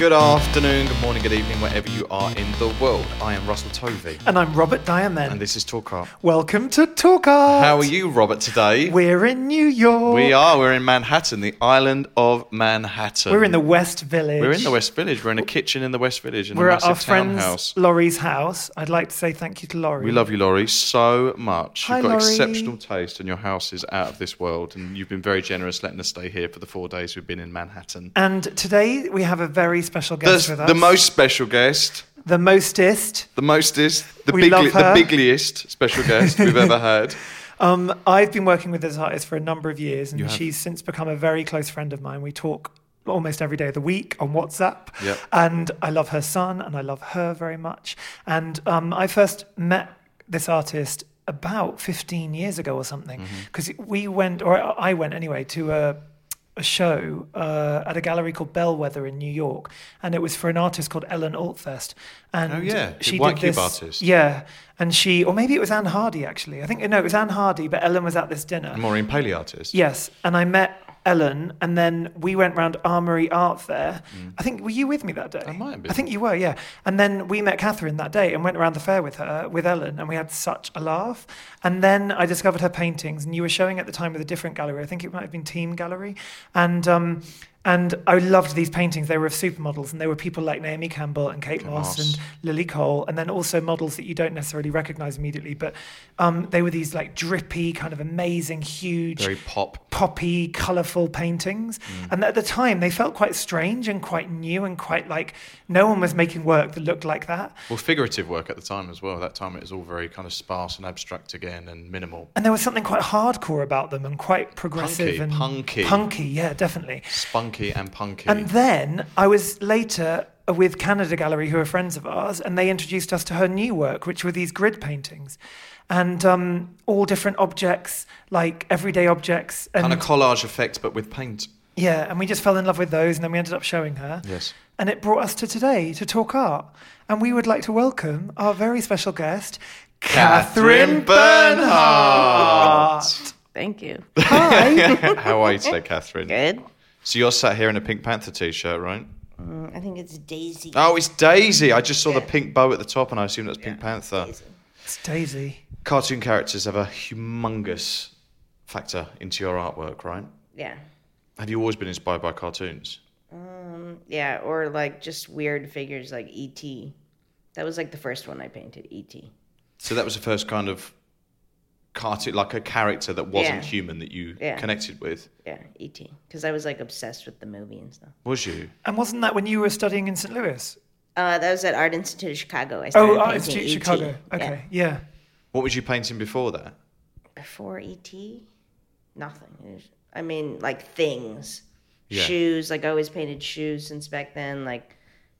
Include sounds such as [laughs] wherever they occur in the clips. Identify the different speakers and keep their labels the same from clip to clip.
Speaker 1: Good afternoon, good morning, good evening, wherever you are in the world. I am Russell Tovey,
Speaker 2: And I'm Robert Diamond.
Speaker 1: and this is Talk Art.
Speaker 2: Welcome to Talk Art.
Speaker 1: How are you, Robert, today?
Speaker 2: We're in New York.
Speaker 1: We are. We're in Manhattan, the island of Manhattan.
Speaker 2: We're in the West Village.
Speaker 1: We're in the West Village. We're in a kitchen in the West Village in
Speaker 2: We're
Speaker 1: a
Speaker 2: at
Speaker 1: massive
Speaker 2: our friend's
Speaker 1: townhouse.
Speaker 2: Laurie's house. I'd like to say thank you to Laurie.
Speaker 1: We love you, Laurie, so much.
Speaker 2: Hi,
Speaker 1: You've got
Speaker 2: Laurie.
Speaker 1: exceptional taste, and your house is out of this world. And you've been very generous letting us stay here for the four days we've been in Manhattan.
Speaker 2: And today we have a very special guest
Speaker 1: The,
Speaker 2: with us.
Speaker 1: the most special guest,
Speaker 2: the mostest.
Speaker 1: the mostest, the,
Speaker 2: We love
Speaker 1: bigli- the
Speaker 2: her.
Speaker 1: bigliest special
Speaker 2: [laughs]
Speaker 1: guest we've ever had.
Speaker 2: Um, I've been working with this artist for a number of years, and
Speaker 1: have.
Speaker 2: she's since become a very close friend of mine. We talk almost every day of the week on WhatsApp.
Speaker 1: Yep.
Speaker 2: And I love her son, and I love her very much. And um, I first met this artist about 15 years ago or something,
Speaker 1: Mm-hmm.
Speaker 2: because we went, or I went anyway, to a a show uh, at a gallery called Bellwether in New York, and it was for an artist called Ellen Altfest. And
Speaker 1: Oh, yeah, the
Speaker 2: she
Speaker 1: white
Speaker 2: did
Speaker 1: cube
Speaker 2: this,
Speaker 1: artist.
Speaker 2: yeah, and she, or maybe it was Anne Hardy actually. I think no, it was Anne Hardy, but Ellen was at this dinner.
Speaker 1: Maureen Paley artist.
Speaker 2: Yes, and I met Ellen, and then we went round Armory Art Fair. I think were you with me that day? I
Speaker 1: Mm. might have been.
Speaker 2: I think you were, yeah. And then we met Catherine that day and went around the fair with her, with Ellen, and we had such a laugh. And then I discovered her paintings, and you were showing at the time with a different gallery. I think it might have been Team Gallery, and. Um, and I loved these paintings. They were of supermodels, and they were people like Naomi Campbell and Kate Moss
Speaker 1: Moss.
Speaker 2: and Lily Cole, and then also models that you don't necessarily recognize immediately. But um, they were these like drippy, kind of amazing, huge,
Speaker 1: Very pop.
Speaker 2: poppy, colourful paintings.
Speaker 1: Mm.
Speaker 2: And at the time, they felt quite strange and quite new and quite like no one was making work that looked like that.
Speaker 1: Well, figurative work at the time as well. That time it was all very kind of sparse and abstract again and minimal.
Speaker 2: And there was something quite hardcore about them and quite progressive
Speaker 1: Punky,
Speaker 2: and
Speaker 1: punky.
Speaker 2: punky, yeah, definitely.
Speaker 1: Spunky and punky.
Speaker 2: And then I was later with Canada Gallery, who are friends of ours, and they introduced us to her new work, which were these grid paintings, and um, all different objects, like everyday objects, and
Speaker 1: kind of collage effect, but with paint.
Speaker 2: Yeah, and we just fell in love with those, and then we ended up showing her.
Speaker 1: Yes.
Speaker 2: And it brought us to today to talk art. And we would like to welcome our very special guest, Catherine Bernhardt.
Speaker 3: Thank you.
Speaker 2: Hi.
Speaker 1: How are you today, Catherine?
Speaker 3: Good.
Speaker 1: So you're sat here in a Pink Panther t shirt, right?
Speaker 3: I think it's Daisy.
Speaker 1: Oh, it's Daisy. I just saw the pink bow at the top and I assume that's Pink Panther.
Speaker 2: it's Daisy.
Speaker 1: Cartoon characters have a humongous factor into your artwork, right?
Speaker 3: Yeah.
Speaker 1: Have you always been inspired by cartoons?
Speaker 3: Yeah. Or like just weird figures like E.T. That was like the first one I painted, E E.T.
Speaker 1: So that was the first kind of cartoon, like a character that wasn't
Speaker 3: Yeah.
Speaker 1: human that you
Speaker 3: Yeah.
Speaker 1: connected with.
Speaker 3: Yeah, E.T. Because I was like obsessed with the movie and stuff.
Speaker 1: Was you?
Speaker 2: And wasn't that when you were studying in St. Louis?
Speaker 3: Uh, that was at Art Institute of Chicago. I started
Speaker 2: Oh, Art
Speaker 3: painting
Speaker 2: Institute
Speaker 3: E.T.
Speaker 2: Chicago.
Speaker 3: Yeah.
Speaker 2: Okay, yeah.
Speaker 1: What was you painting before that?
Speaker 3: Before E.T., nothing. It was- I mean, like things.
Speaker 1: Yeah.
Speaker 3: Shoes. Like I always painted shoes since back then. Like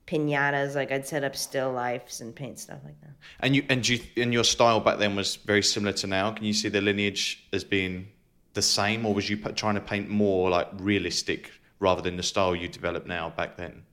Speaker 3: pinatas. Like I'd set up still lifes and paint stuff like that.
Speaker 1: And you and you and your style back then was very similar to now. Can you see the lineage as being the same, or was you p- trying to paint more like realistic rather than the style you develop now back then?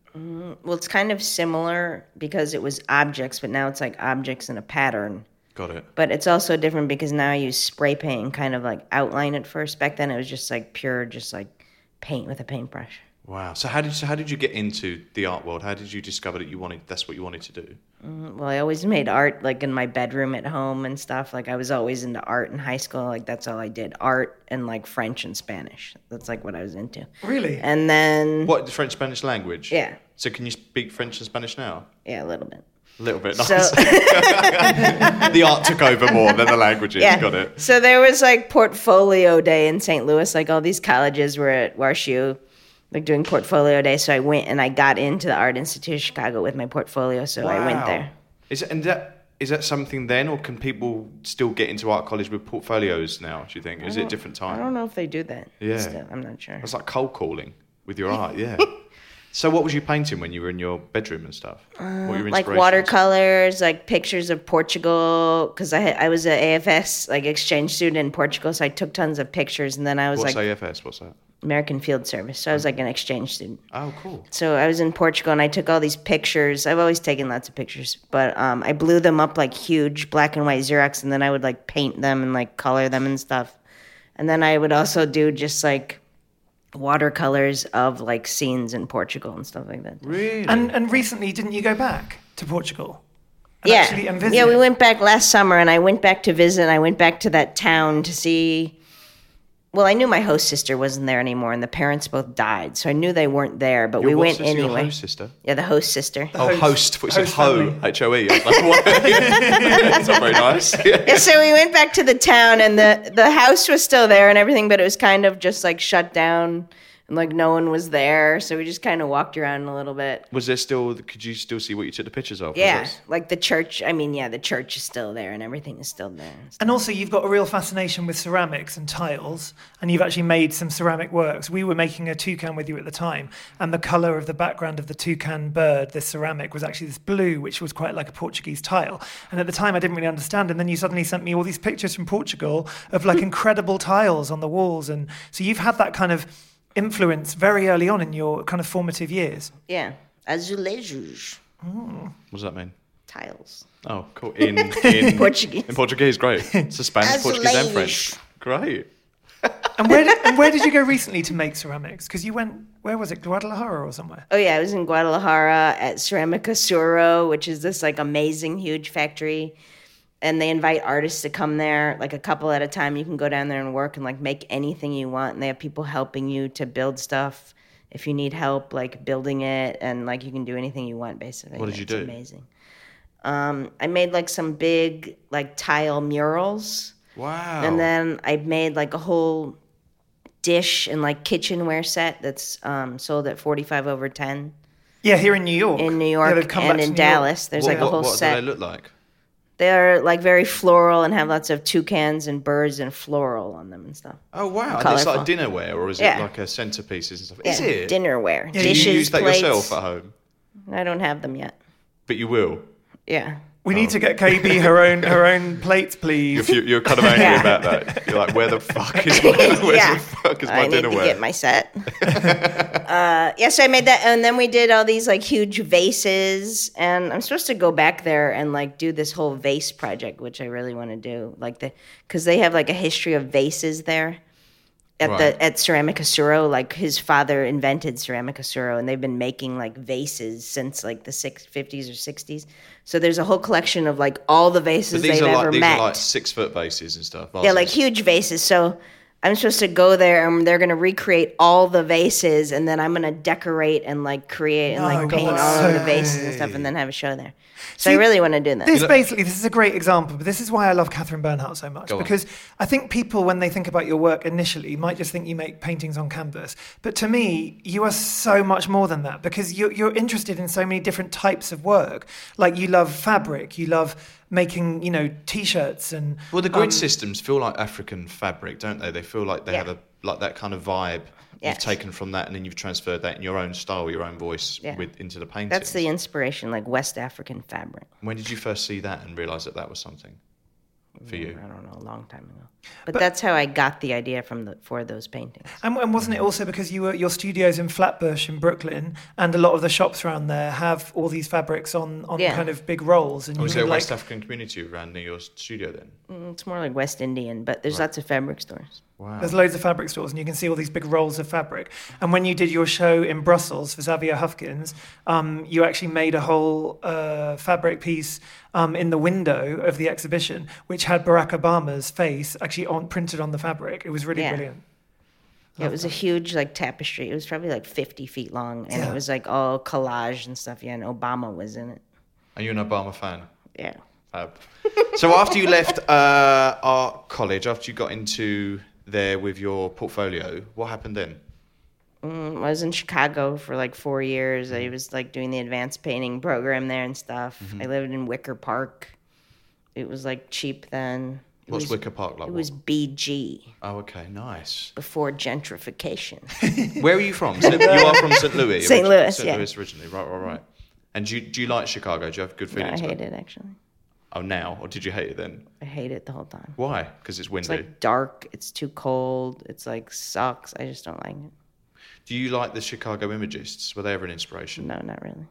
Speaker 3: Well, it's kind of similar because it was objects, but now it's like objects in a pattern.
Speaker 1: Got it.
Speaker 3: But it's also different because now you spray paint and kind of like outline it first. Back then, it was just like pure, just like paint with a paintbrush.
Speaker 1: Wow. So how did so how did you get into the art world? How did you discover that you wanted that's what you wanted to do?
Speaker 3: Well, I always made art like in my bedroom at home and stuff. Like I was always into art in high school. Like that's all I did. Art and like French and Spanish. That's like what I was into.
Speaker 2: Really?
Speaker 3: And then
Speaker 1: What the French Spanish language?
Speaker 3: Yeah.
Speaker 1: So can you speak French and Spanish now?
Speaker 3: yeah, a little bit.
Speaker 1: A little bit.
Speaker 3: So [laughs]
Speaker 1: the art took over more than the languages.
Speaker 3: yeah.
Speaker 1: Got it.
Speaker 3: So there was like portfolio day in St. Louis. Like all these colleges were at WashU like doing portfolio day. So I went and I got into the Art Institute of Chicago with my portfolio. So I went
Speaker 1: Wow.
Speaker 3: there.
Speaker 1: Is and that is that something then, or can people still get into art college with portfolios now? Do you think? Is it a different time?
Speaker 3: I don't know if they do that.
Speaker 1: Yeah.
Speaker 3: Still, I'm not sure.
Speaker 1: That's like cold calling with your art.
Speaker 3: [laughs]
Speaker 1: Yeah. so what was you painting when you were in your bedroom and stuff? what were your
Speaker 3: Uh, like
Speaker 1: inspirations?
Speaker 3: watercolors, like pictures of Portugal, because I had- I was an AFS like exchange student in Portugal, so I took tons of pictures, and then I was
Speaker 1: What's
Speaker 3: like
Speaker 1: AFS? What's that?
Speaker 3: American Field Service, so I
Speaker 1: Mm.
Speaker 3: was like an exchange student.
Speaker 1: Oh, cool.
Speaker 3: So I was in Portugal, and I took all these pictures. I've always taken lots of pictures, but um, I blew them up like huge black and white Xerox, and then I would like paint them and like color them and stuff, and then I would also do just like watercolors of like scenes in Portugal and stuff like that.
Speaker 1: Really?
Speaker 2: And and recently, didn't you go back to Portugal? And
Speaker 3: yeah.
Speaker 2: actually and visit
Speaker 3: Yeah, we
Speaker 2: it?
Speaker 3: went back last summer and I went back to visit. I went back to that town to see. Well, I knew my host sister wasn't there anymore and the parents both died. So I knew they weren't there, but
Speaker 1: Your
Speaker 3: we
Speaker 1: what
Speaker 3: went
Speaker 1: sister, your
Speaker 3: anyway.
Speaker 1: host sister.
Speaker 3: Yeah, the host sister.
Speaker 1: Oh, host. Which is
Speaker 2: host
Speaker 1: ho.
Speaker 2: family.
Speaker 1: H O E. I was like,
Speaker 3: [laughs]
Speaker 1: what? It's not very nice. Yeah.
Speaker 3: Yeah, [laughs] so we went back to the town and the, the house was still there and everything, but it was kind of just like shut down and like no one was there. So we just kind of walked around a little bit.
Speaker 1: Was there still? Could you still see what you took the pictures of? Was
Speaker 3: Yeah,
Speaker 1: this-
Speaker 3: like the church. I mean, yeah, the church is still there and everything is still there.
Speaker 2: And also, you've got a real fascination with ceramics and tiles, and you've actually made some ceramic works. We were making a toucan with you at the time, and the color of the background of the toucan bird, this ceramic, was actually this blue, which was quite like a Portuguese tile. And at the time, I didn't really understand. And then you suddenly sent me all these pictures from Portugal of like incredible tiles on the walls. And so you've had that kind of influence very early on in your kind of formative years.
Speaker 3: Yeah, azulejos,
Speaker 1: What does that mean?
Speaker 3: tiles.
Speaker 1: Oh, cool.
Speaker 3: [laughs]
Speaker 1: In, in
Speaker 3: Portuguese.
Speaker 1: In Portuguese, great.
Speaker 3: [laughs]
Speaker 1: So Spanish, Portuguese, and French.
Speaker 3: Azulejo.
Speaker 1: Great.
Speaker 2: And where did, and where did you go recently to make ceramics? Because you went, where was it, Guadalajara or somewhere?
Speaker 3: Oh yeah, I was in Guadalajara at Ceramica Suro, which is this like amazing huge factory. And they invite artists to come there, like a couple at a time. You can go down there and work and like make anything you want. And they have people helping you to build stuff if you need help, like building it, and like you can do anything you want basically.
Speaker 1: What did you
Speaker 3: It's
Speaker 1: do?
Speaker 3: Amazing. Um, I made like some big like tile murals.
Speaker 1: Wow.
Speaker 3: And then I made like a whole dish and like kitchenware set that's um, sold at 45 over 10
Speaker 2: Yeah, here in New York.
Speaker 3: in New
Speaker 2: Yeah,
Speaker 3: York
Speaker 2: they've come back
Speaker 3: and
Speaker 2: to
Speaker 3: in
Speaker 2: New York.
Speaker 3: Dallas. There's
Speaker 1: what,
Speaker 3: like a
Speaker 1: what-
Speaker 3: whole
Speaker 1: what do
Speaker 3: set.
Speaker 1: they look like?
Speaker 3: They're like very floral and have lots of toucans and birds and floral on them and stuff.
Speaker 1: Oh wow! And it's like
Speaker 3: Colourful.
Speaker 1: dinnerware, or is
Speaker 3: Yeah.
Speaker 1: it like a centerpieces and stuff? Is
Speaker 3: Yeah,
Speaker 1: it?
Speaker 3: Dinnerware.
Speaker 2: you
Speaker 3: dishes,
Speaker 1: you use that
Speaker 3: plates.
Speaker 1: yourself at home,
Speaker 3: I don't have them yet.
Speaker 1: but you will.
Speaker 3: Yeah.
Speaker 2: We need to get
Speaker 1: [laughs]
Speaker 2: KB her own her own plates,
Speaker 1: Oh. You're,
Speaker 2: please.
Speaker 3: [laughs]
Speaker 1: fu- you're kind of angry
Speaker 3: Yeah.
Speaker 1: about that. You're like, where the fuck
Speaker 3: [laughs]
Speaker 1: is my, where's
Speaker 3: yeah.
Speaker 1: the fuck is my
Speaker 3: I need to
Speaker 1: dinnerware?
Speaker 3: get my
Speaker 1: [laughs]
Speaker 3: set. uh, yeah, so I made that, and then we did all these like huge vases, and I'm supposed to go back there and like do this whole vase project, which I really want to do, like the because they have like a history of vases there. At
Speaker 1: Right.
Speaker 3: the at Ceramic Asuro, like his father invented Ceramic Asuro, and they've been making like vases since like the six fifties or sixties. So there's a whole collection of like all the vases
Speaker 1: But these
Speaker 3: they've
Speaker 1: are
Speaker 3: ever
Speaker 1: like these
Speaker 3: met.
Speaker 1: are like six foot vases and stuff.
Speaker 3: Yeah, like huge vases. So I'm supposed to go there and they're going to recreate all the vases and then I'm going to decorate and like create and
Speaker 2: No
Speaker 3: like paint
Speaker 2: way.
Speaker 3: all of the vases and stuff and then have a show there. So I really want to do that.
Speaker 2: This basically, this is a great example, but this is why I love Catherine Bernhardt so much
Speaker 1: Go on.
Speaker 2: because I think people, when they think about your work initially, might just think you make paintings on canvas. But to me, you are so much more than that because you're, you're interested in so many different types of work. Like you love fabric, you love making, you know, t-shirts and
Speaker 1: Well, the grid systems feel like African fabric, don't they? They feel like they
Speaker 3: Um, Yeah.
Speaker 1: have a like that kind of vibe. You've
Speaker 3: Yes.
Speaker 1: taken from that, and then you've transferred that in your own style, your own voice
Speaker 3: Yeah.
Speaker 1: with into the painting.
Speaker 3: That's the inspiration, like West African fabric.
Speaker 1: When did you first see that and realize that that was something for you?
Speaker 3: I don't know, a long time ago. But, that's how I got the idea from the for those paintings.
Speaker 2: And, and wasn't it also because you were your studios in Flatbush in Brooklyn, and a lot of the shops around there have all these fabrics on on
Speaker 3: Yeah.
Speaker 2: kind of big rolls, and
Speaker 1: Or was Oh,
Speaker 2: you
Speaker 1: there a
Speaker 2: were like,
Speaker 1: West African community around near your studio then?
Speaker 3: Mm, It's more like West Indian, but there's lots of fabric stores.
Speaker 1: Wow.
Speaker 2: There's loads of fabric stores, and you can see all these big rolls of fabric. And when you did your show in Brussels for Xavier Hufkins, um, you actually made a whole uh, fabric piece um, in the window of the exhibition, which had Barack Obama's face actually on, printed on the fabric. It was really
Speaker 3: Yeah.
Speaker 2: brilliant.
Speaker 3: Yeah, it was a huge like tapestry. It was probably like 50 feet long, and
Speaker 2: Yeah.
Speaker 3: it was like all collage and stuff. Yeah, and Obama was in it.
Speaker 1: Are you an Obama fan?
Speaker 3: Yeah.
Speaker 1: Fab. [laughs] so after you left uh, art college, after you got into there with your portfolio, what happened then?
Speaker 3: I was in Chicago for like four years. I was like doing the advanced painting program there and stuff. I lived in Wicker Park. It was like cheap then. It
Speaker 1: What's
Speaker 3: was,
Speaker 1: Wicker Park like?
Speaker 3: It was BG
Speaker 1: oh, okay, nice.
Speaker 3: before gentrification.
Speaker 1: Where are you from? So you are from St. Louis.
Speaker 3: St.
Speaker 1: origi-
Speaker 3: Louis,
Speaker 1: St.
Speaker 3: yeah.
Speaker 1: Louis originally, right, right, right. And do you, do you like Chicago? Do you have good
Speaker 3: No, [laughs] I
Speaker 1: feelings? about
Speaker 3: hate
Speaker 1: it?
Speaker 3: it actually.
Speaker 1: Oh, now or did you hate it then?
Speaker 3: I hate it the whole time.
Speaker 1: Why? Because it's
Speaker 3: It's
Speaker 1: windy.
Speaker 3: like dark. It's too cold. It's like sucks. I just don't like it.
Speaker 1: Do you like the Chicago Imagists? Were they ever an inspiration? [laughs]
Speaker 3: No, not really.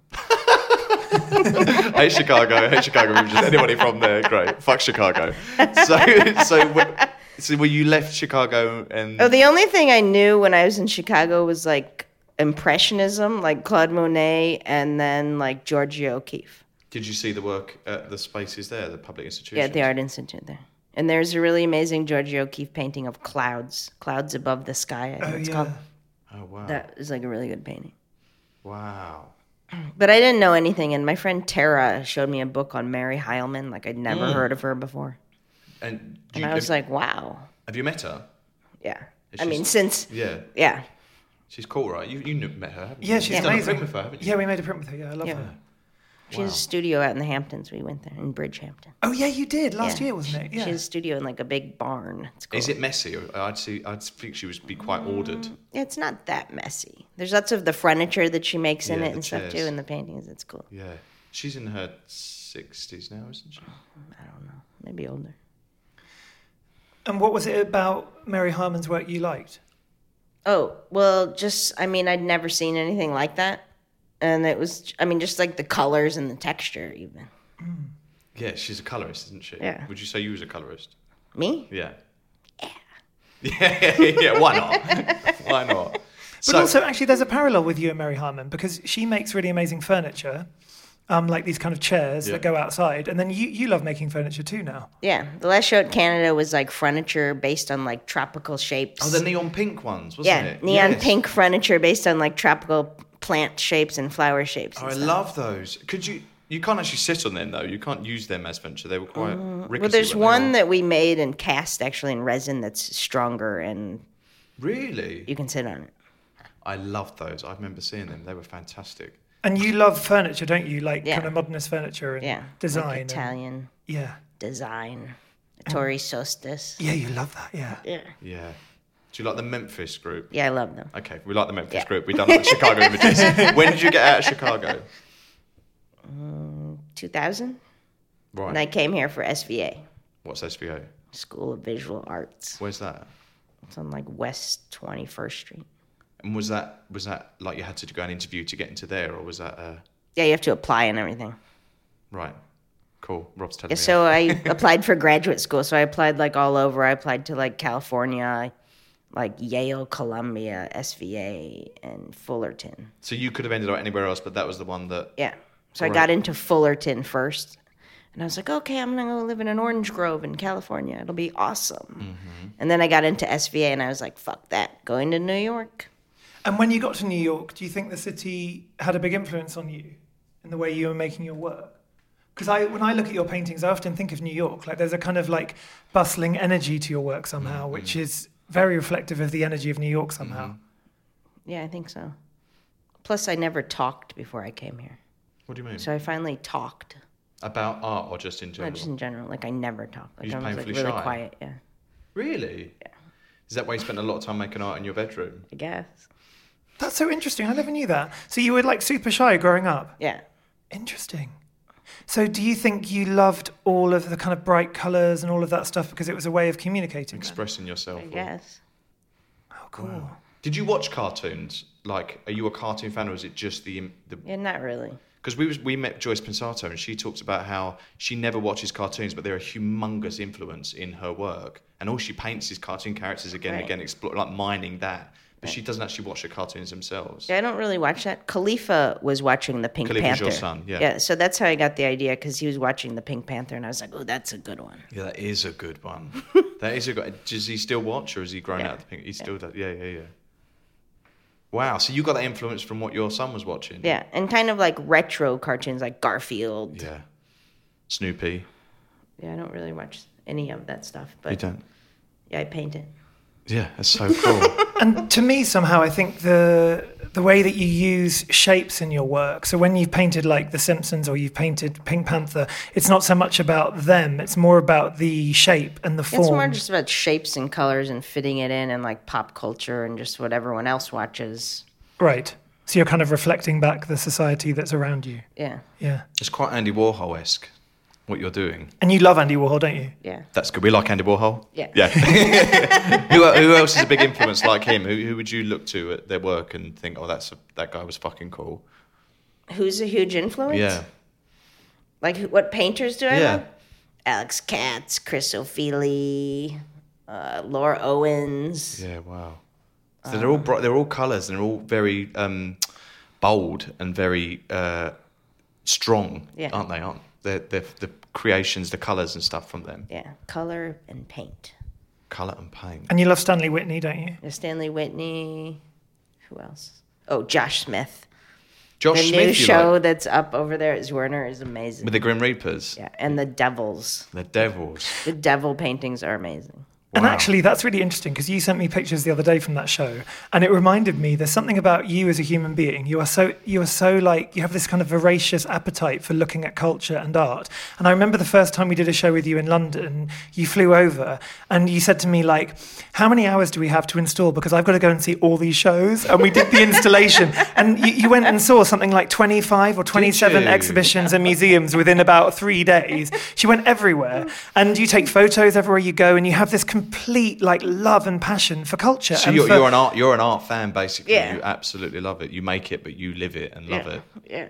Speaker 1: hey Chicago, hey Chicago, we've just anybody from there, great. Fuck
Speaker 3: [laughs]
Speaker 1: Chicago. So so wh- so when you left Chicago and
Speaker 3: Oh, the only thing I knew when I was in Chicago was like impressionism, like Claude Monet, and then like Georgia O'Keeffe.
Speaker 1: did you see the work at the spaces there, the public institutions?
Speaker 3: Yeah, at the Art Institute there. And there's a really amazing Georgia O'Keeffe painting of clouds, clouds above the sky. I think
Speaker 2: Oh,
Speaker 3: it's
Speaker 2: yeah.
Speaker 3: called.
Speaker 1: Oh wow.
Speaker 3: That is like a really good painting.
Speaker 1: Wow.
Speaker 3: But I didn't know anything, and my friend Tara showed me a book on Mary Heilman. Like I'd never heard of her before,
Speaker 1: And, do
Speaker 3: and
Speaker 1: Mm. you,
Speaker 3: I was
Speaker 1: have,
Speaker 3: like, "Wow,
Speaker 1: have you met her?
Speaker 3: yeah."
Speaker 1: It's
Speaker 3: I mean,
Speaker 1: just-
Speaker 3: since
Speaker 1: Yeah.
Speaker 3: yeah,
Speaker 1: She's cool, right? You you kn- met her, haven't you?
Speaker 2: Yeah, she's
Speaker 1: You've done a
Speaker 2: amazing.
Speaker 1: print with her, haven't you?
Speaker 2: Yeah, we made a print with her. Yeah, I love
Speaker 3: Yeah.
Speaker 2: her.
Speaker 3: she has a studio out in the Hamptons. We went there in Bridgehampton.
Speaker 2: Oh yeah, you did last
Speaker 3: Yeah.
Speaker 2: year, wasn't it?
Speaker 3: She
Speaker 2: Yeah.
Speaker 3: has a studio in like a big barn. It's cool.
Speaker 1: Is it messy? I'd see. I'd think she would be quite ordered.
Speaker 3: It's not that messy. There's lots of the furniture that she makes in
Speaker 1: Yeah,
Speaker 3: it
Speaker 1: the
Speaker 3: and stuff
Speaker 1: chairs.
Speaker 3: too, and the paintings. It's cool.
Speaker 1: Yeah. She's in her sixties now, isn't she?
Speaker 3: I don't know, maybe older.
Speaker 2: And what was it about Mary Harmon's work you liked?
Speaker 3: Oh, well, just, I mean, I'd never seen anything like that. And it was, I mean, just like the colors and the texture, even.
Speaker 1: Yeah, she's a colorist, isn't she?
Speaker 3: Yeah.
Speaker 1: Would you say you was a colorist?
Speaker 3: Me?
Speaker 1: Yeah. [laughs] Yeah. Yeah. yeah. Why not? why not?
Speaker 2: But also, actually, there's a parallel with you and Mary Harmon because she makes really amazing furniture, um, like these kind of chairs
Speaker 1: Yeah.
Speaker 2: that go outside. And then you, you love making furniture too now.
Speaker 3: Yeah. The last show at Canada was like furniture based on like tropical shapes.
Speaker 1: oh, the neon pink ones, wasn't
Speaker 3: yeah.
Speaker 1: it?
Speaker 3: Neon
Speaker 1: Yes.
Speaker 3: pink furniture based on like tropical plant shapes and flower shapes.
Speaker 1: Oh,
Speaker 3: and
Speaker 1: I
Speaker 3: stuff.
Speaker 1: love those. Could you? You can't actually sit on them though. You can't use them as furniture. They were quite.
Speaker 3: Mm. well, there's one that we made and cast actually in resin that's stronger and
Speaker 1: Really.
Speaker 3: you can sit on it.
Speaker 1: I loved those. I remember seeing them. They were fantastic.
Speaker 2: And you love furniture, don't you? Like
Speaker 3: Yeah.
Speaker 2: kind of modernist furniture and
Speaker 3: Yeah. like
Speaker 2: design. and- Uh-huh.
Speaker 3: Italian
Speaker 2: yeah.
Speaker 3: design. Tori Solstice.
Speaker 2: Yeah, you love that. Yeah.
Speaker 3: Yeah.
Speaker 1: Yeah. Do you like the Memphis group?
Speaker 3: Yeah, I love them.
Speaker 1: Okay, we like the Memphis
Speaker 3: Yeah.
Speaker 1: group. We done like
Speaker 3: [laughs]
Speaker 1: Chicago images. When did you get out of Chicago?
Speaker 3: 2000
Speaker 1: Right.
Speaker 3: and I came here for SVA,
Speaker 1: What's SVO?
Speaker 3: School of Visual Arts.
Speaker 1: Where's that?
Speaker 3: It's on like West 21st Street.
Speaker 1: And was that was that like you had to go and interview to get into there, or was that uh,
Speaker 3: Yeah, you have to apply and everything.
Speaker 1: right? Cool. Rob's telling
Speaker 3: Yeah,
Speaker 1: me.
Speaker 3: so I [laughs] applied for graduate school. So I applied like all over. I applied to like California, like Yale, Columbia, SVA, and Fullerton.
Speaker 1: So you could have ended up anywhere else, but that was the one that.
Speaker 3: Yeah. So I got into Fullerton first. And I was like, okay, I'm going to go live in an orange grove in California. It'll be awesome. And then I got into SVA and I was like, fuck that. Going to New York.
Speaker 2: And when you got to New York, do you think the city had a big influence on you in the way you were making your work? Because I, when I look at your paintings, I often think of New York. Like there's a kind of like bustling energy to your work somehow, which is very reflective of the energy of New York somehow.
Speaker 3: Yeah, I think so. Plus, I never talked before I came here.
Speaker 1: What do you mean?
Speaker 3: So I finally talked.
Speaker 1: About art or just in
Speaker 3: No,
Speaker 1: general?
Speaker 3: just in general. Like, I never talked. Like,
Speaker 1: You're
Speaker 3: I was like
Speaker 1: painfully
Speaker 3: really
Speaker 1: shy.
Speaker 3: quiet. Yeah,
Speaker 1: Really? Yeah. Is that why you spent a lot of time making art in your bedroom?
Speaker 3: I guess.
Speaker 2: That's so interesting. I never knew that. So you were like super shy growing up.
Speaker 3: Yeah.
Speaker 2: Interesting. So do you think you loved all of the kind of bright colours and all of that stuff because it was a way of communicating? then?
Speaker 1: Expressing yourself.
Speaker 3: I
Speaker 1: or-
Speaker 3: guess.
Speaker 2: Oh, cool.
Speaker 1: Did you watch cartoons? Like, are you a cartoon fan, or is it just the the?
Speaker 3: Yeah, not really.
Speaker 1: because we was we met Joyce Pensato and she talks about how she never watches cartoons, but they're a humongous influence in her work, and all she paints is cartoon characters again and
Speaker 3: Right.
Speaker 1: again, explore, like mining that. But she doesn't actually watch the cartoons themselves.
Speaker 3: Yeah, I don't really watch that. Khalifa was watching the Pink
Speaker 1: Khalifa's
Speaker 3: Panther.
Speaker 1: your son, yeah.
Speaker 3: yeah, so that's how I got the idea because he was watching the Pink Panther, and I was like, "Oh, that's a good one."
Speaker 1: Yeah, that is a good
Speaker 3: [laughs]
Speaker 1: one. that is a good. Does he still watch, or has he grown out of the pink? He still does. Yeah, yeah, yeah. Wow. So you got that influence from what your son was watching.
Speaker 3: Yeah, and kind of like retro cartoons like Garfield. Yeah,
Speaker 1: Yeah. Snoopy.
Speaker 3: I don't really watch any of that stuff,
Speaker 1: You
Speaker 3: but
Speaker 1: don't.
Speaker 3: yeah, I paint it.
Speaker 1: Yeah, that's so
Speaker 3: [laughs]
Speaker 1: cool.
Speaker 2: And to me, somehow, I think the the way that you use shapes in your work. So when you've painted like The Simpsons or you've painted Pink Panther, it's not so much about them; it's more about the shape and the form.
Speaker 3: It's more just about shapes and colors and fitting it in, and like pop culture and just what everyone else watches.
Speaker 2: Right. So you're kind of reflecting back the society that's around you.
Speaker 3: Yeah,
Speaker 2: Yeah.
Speaker 1: it's quite Andy Warhol esque. What you're doing.
Speaker 2: And you love Andy Warhol, don't you?
Speaker 3: yeah.
Speaker 1: That's good. We like Andy Warhol.
Speaker 3: Yeah.
Speaker 1: Yeah. [laughs] who, who else is a big influence like him? Who, who would you look to at their work and think, oh, that's a, that guy was fucking cool?
Speaker 3: Who's a huge influence?
Speaker 1: Yeah.
Speaker 3: Like, who- what painters do I
Speaker 1: Yeah.
Speaker 3: love? Alex Katz, Chris O'Feely, uh, Laura Owens.
Speaker 1: Yeah, wow. So they're all bright, they're all colours, and they're all very um, bold and very uh, strong,
Speaker 3: Yeah.
Speaker 1: aren't they? Aren't they're, they're, the creations, the colours and stuff from them,
Speaker 3: Yeah, color and paint.
Speaker 1: colour and paint.
Speaker 2: And you love Stanley Whitney, don't you?
Speaker 3: There's Stanley Whitney. Who else? Oh, Josh Smith.
Speaker 1: Josh
Speaker 3: the
Speaker 1: Oh, Smith,
Speaker 3: new
Speaker 1: you
Speaker 3: show
Speaker 1: like,
Speaker 3: that's up over there at Zwerner is amazing.
Speaker 1: with the Grim Reapers,
Speaker 3: yeah, and the Devils.
Speaker 1: the Devils.
Speaker 3: The Devil paintings are amazing.
Speaker 2: And
Speaker 1: Wow.
Speaker 2: actually, that's really interesting because you sent me pictures the other day from that show, and it reminded me there's something about you as a human being. You are so you are so like you have this kind of voracious appetite for looking at culture and art. And I remember the first time we did a show with you in London, you flew over and you said to me like, "How many hours do we have to install? Because I've got to go and see all these shows." And we
Speaker 1: [laughs]
Speaker 2: did the installation, and you, you went and saw something like 25 or 27
Speaker 1: you?
Speaker 2: exhibitions exhibitions and museums within about three days. She went everywhere, and you take photos everywhere you go, and you have this complete like love and passion for
Speaker 3: [laughs]
Speaker 2: culture.
Speaker 1: So
Speaker 2: and
Speaker 1: you're,
Speaker 2: for-
Speaker 1: you're an art you're an art fan basically.
Speaker 3: Yeah.
Speaker 1: You absolutely love it. You make it, but you live it and love
Speaker 3: yeah.
Speaker 1: it.
Speaker 3: Yeah.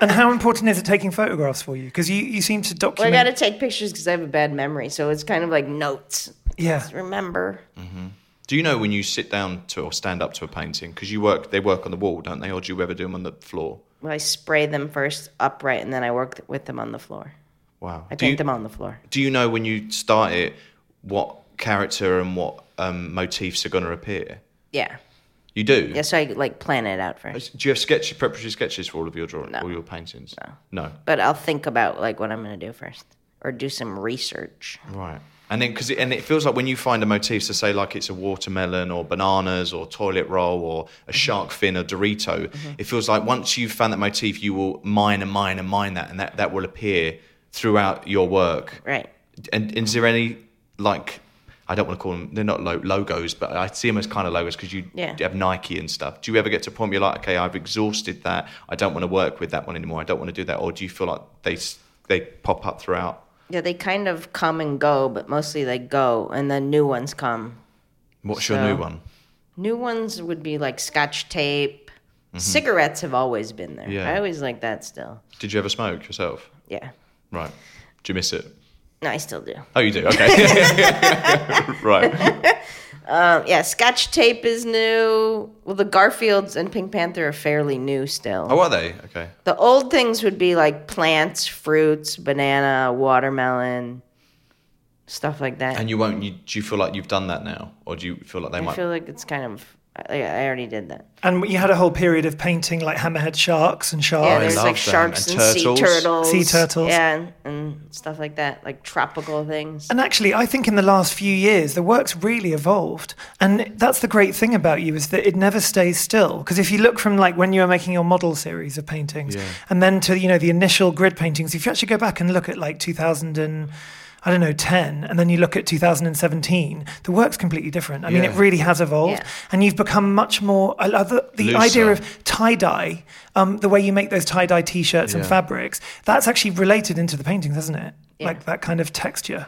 Speaker 2: and how important is it taking photographs for you? Because you, you seem to
Speaker 3: Well, I
Speaker 2: document.
Speaker 3: got to take pictures because I have a bad memory. So it's kind of like notes.
Speaker 2: yeah,
Speaker 3: Remember.
Speaker 1: Do you know when you sit down to or stand up to a painting because you work they work on the wall, don't they? Or do you ever do them on the floor?
Speaker 3: Well, I spray them first upright and then I work with them on the floor.
Speaker 1: Wow.
Speaker 3: I
Speaker 1: do
Speaker 3: paint
Speaker 1: you,
Speaker 3: them on the floor.
Speaker 1: do you know when you start it what character and what um, motifs are going to appear?
Speaker 3: Yeah.
Speaker 1: You do.
Speaker 3: Yeah. So I like plan it out first.
Speaker 1: Do you have sketches, preparatory sketches for all of your drawings,
Speaker 3: No.
Speaker 1: all your paintings? No.
Speaker 3: But I'll think about like what I'm going to do first or do some research.
Speaker 1: Right. And then, because it, and it feels like when you find a motif, so say like it's a watermelon or bananas or toilet roll or
Speaker 3: Mm-hmm.
Speaker 1: a shark fin or Dorito, it feels like once you've found that motif, you will mine and mine and mine that, and that, that will appear throughout your work.
Speaker 3: Right.
Speaker 1: And, and is there any like I don't want to call them they're not lo- logos, but I see them as kind of logos because you
Speaker 3: Yeah.
Speaker 1: have Nike and stuff. Do you ever get to a point where you're like, okay, I've exhausted that. I don't want to work with that one anymore. I don't want to do that. Or do you feel like they s- they pop up throughout?
Speaker 3: Yeah, they kind of come and go, but mostly they go and then new ones come.
Speaker 1: What's your
Speaker 3: So-
Speaker 1: new one?
Speaker 3: New ones would be like scotch tape. Cigarettes have always been there.
Speaker 1: Mm-hmm. Yeah.
Speaker 3: I always like that still.
Speaker 1: Did you ever smoke yourself?
Speaker 3: Yeah.
Speaker 1: Right. Do you miss it?
Speaker 3: No, I still do.
Speaker 1: Oh, you do. Okay. [laughs]
Speaker 3: [laughs]
Speaker 1: right.
Speaker 3: Um, yeah, scotch tape is new. Well, the Garfields and Pink Panther are fairly new still.
Speaker 1: Oh, are they? Okay.
Speaker 3: The old things would be like plants, fruits, banana, watermelon, stuff like that.
Speaker 1: And you won't. You, do you feel like you've done that now, or do you feel like they
Speaker 3: I
Speaker 1: might?
Speaker 3: feel like it's kind of. I, I already did that.
Speaker 2: and you had a whole period of painting like hammerhead sharks and
Speaker 3: Yeah,
Speaker 2: sharks.
Speaker 3: there's
Speaker 1: Oh, love
Speaker 3: like
Speaker 1: them.
Speaker 3: sharks
Speaker 1: And
Speaker 3: and,
Speaker 1: turtles.
Speaker 3: sea turtles.
Speaker 2: Sea turtles.
Speaker 3: Yeah, and, and stuff like that, like tropical things.
Speaker 2: And actually, I think in the last few years, the work's really evolved. And that's the great thing about you is that it never stays still. Because if you look from like when you were making your model series of paintings, and then to you know the initial grid paintings, if you actually go back and look at like 2000 and I don't know 10, and then you look at 2017, the work's completely different. I mean, it
Speaker 1: Yeah.
Speaker 2: really has evolved,
Speaker 3: Yeah.
Speaker 2: and you've become much more. I love the, the
Speaker 1: Looser.
Speaker 2: idea of tie dye, um, the way you make those tie dye T-shirts
Speaker 1: Yeah.
Speaker 2: and
Speaker 3: Mm-hmm.
Speaker 2: fabrics. That's actually related into the paintings, isn't it? Like that kind of texture.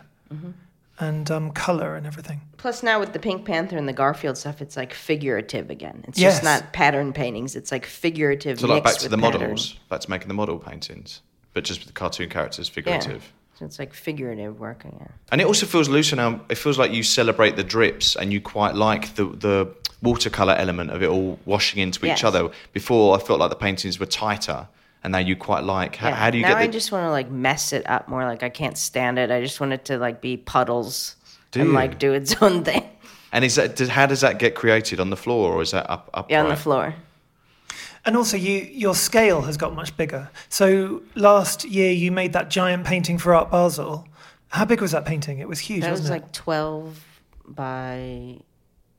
Speaker 2: and um, color and everything.
Speaker 3: Plus, now with the Pink Panther and the Garfield stuff, it's like figurative again. It's
Speaker 2: Yes.
Speaker 3: just not pattern paintings. It's like figurative.
Speaker 1: So like
Speaker 3: mixed
Speaker 1: back to
Speaker 3: with
Speaker 1: the
Speaker 3: pattern.
Speaker 1: models, back to making the model paintings, but just with the cartoon characters,
Speaker 3: Yeah.
Speaker 1: figurative.
Speaker 3: So it's like figurative work again.
Speaker 1: And it also feels looser now. It feels like you celebrate the drips and you quite like the the watercolor element of it all washing into each
Speaker 3: Yes.
Speaker 1: other. Before I felt like the paintings were tighter, and now you quite like. How,
Speaker 3: Yeah.
Speaker 1: how do you
Speaker 3: now
Speaker 1: get? The,
Speaker 3: I just want to like mess it up more. Like I can't stand it. I just want it to like be puddles and
Speaker 1: you?
Speaker 3: like do its [laughs] own thing
Speaker 1: and is that does- how does that get created on the floor or is that up up
Speaker 3: yeah, on the floor.
Speaker 2: And also, you your scale has got much bigger. So last year, you made that giant painting for Art Basel. How big was that painting? It was huge,
Speaker 3: That was
Speaker 2: wasn't it?
Speaker 3: like twelve by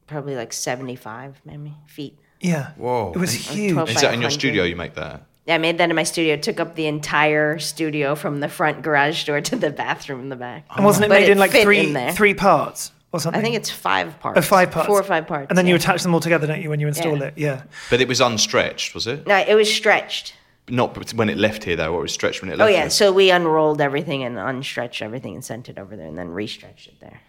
Speaker 3: probably like seventy-five, maybe feet.
Speaker 2: yeah.
Speaker 1: Whoa.
Speaker 2: It was
Speaker 3: was
Speaker 2: huge.
Speaker 3: 12
Speaker 1: Is that in your
Speaker 3: 500.
Speaker 1: studio? You make that.
Speaker 3: Yeah, I made that in my studio. It took up the entire studio from the front garage door to the bathroom in the back.
Speaker 1: Oh
Speaker 2: And wasn't it
Speaker 3: But
Speaker 2: made in like
Speaker 3: fit
Speaker 2: three
Speaker 3: in there.
Speaker 2: three parts or something?
Speaker 3: I think it's five parts.
Speaker 2: Oh, five parts.
Speaker 3: Four or five parts.
Speaker 2: And then you
Speaker 3: yeah.
Speaker 2: attach them all together, don't you, when you install
Speaker 3: Yeah.
Speaker 2: it? Yeah.
Speaker 1: But it was unstretched, was it?
Speaker 3: No, it was stretched.
Speaker 1: Not but when it left here though. Or it was stretched when it
Speaker 3: Oh
Speaker 1: left.
Speaker 3: yeah,
Speaker 1: here.
Speaker 3: so we unrolled everything and unstretched everything and sent it over there and then restretched it there.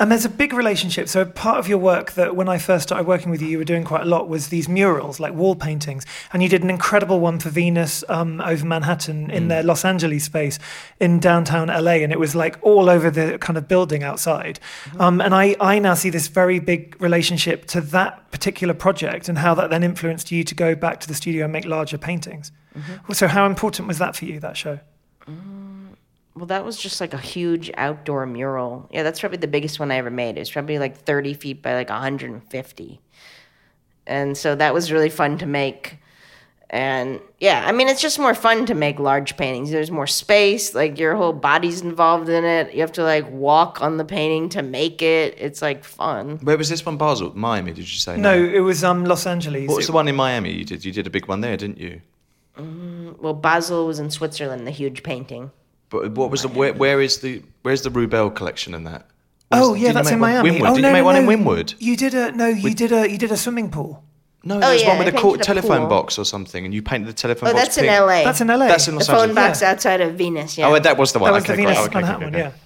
Speaker 2: And there's a big relationship. So part of your work that when I first started working with you, you were doing quite a lot was these murals, like wall paintings. And you did an incredible one for Venus um, over Manhattan in their Los Angeles space in downtown LA, and it was like all over the kind of building outside. Um, and I, I now see this very big relationship to that particular project and how that then influenced you to go back to the studio and make larger paintings. So how important was that for you? That show?
Speaker 3: Well, that was just like a huge outdoor mural. Yeah, that's probably the biggest one I ever made. It was probably like 30 feet by like 150. And so that was really fun to make. And yeah, I mean, it's just more fun to make large paintings. There's more space, like your whole body's involved in it. You have to like walk on the painting to make it. It's like fun.
Speaker 1: Where was this one? Basel, Miami? Did you say?
Speaker 2: No, it was um, Los Angeles.
Speaker 1: What was
Speaker 2: It-
Speaker 1: the one in Miami? You did. You did a big one there, didn't you?
Speaker 3: Well, Basel was in Switzerland, the huge painting.
Speaker 1: But what was the where, where is the where's the Rubel collection in that? Was-
Speaker 2: Oh
Speaker 1: did
Speaker 2: yeah,
Speaker 1: you
Speaker 2: that's
Speaker 1: make
Speaker 2: in
Speaker 1: one-
Speaker 2: Miami.
Speaker 1: Wynwood.
Speaker 2: Oh,
Speaker 1: did
Speaker 2: no,
Speaker 1: you make
Speaker 2: no,
Speaker 1: one in
Speaker 2: no.
Speaker 1: Winwood?
Speaker 2: You did a no. You did a you did a swimming pool.
Speaker 1: No, there was
Speaker 3: Oh, yeah,
Speaker 1: one
Speaker 3: I
Speaker 1: with a
Speaker 3: painted
Speaker 1: court
Speaker 3: a
Speaker 1: telephone
Speaker 3: pool.
Speaker 1: box or something, and you painted the telephone
Speaker 3: Oh,
Speaker 1: box.
Speaker 3: that's in
Speaker 1: pink.
Speaker 3: LA.
Speaker 2: That's in LA.
Speaker 1: That's in
Speaker 3: The
Speaker 1: Los
Speaker 3: phone
Speaker 1: Angeles.
Speaker 3: box outside of Venus. Yeah.
Speaker 1: Oh, that was the one.
Speaker 2: That was
Speaker 1: okay,
Speaker 2: the
Speaker 1: great.
Speaker 2: Venus
Speaker 1: okay, okay,
Speaker 2: Manhattan
Speaker 1: okay, okay.
Speaker 2: one. Yeah.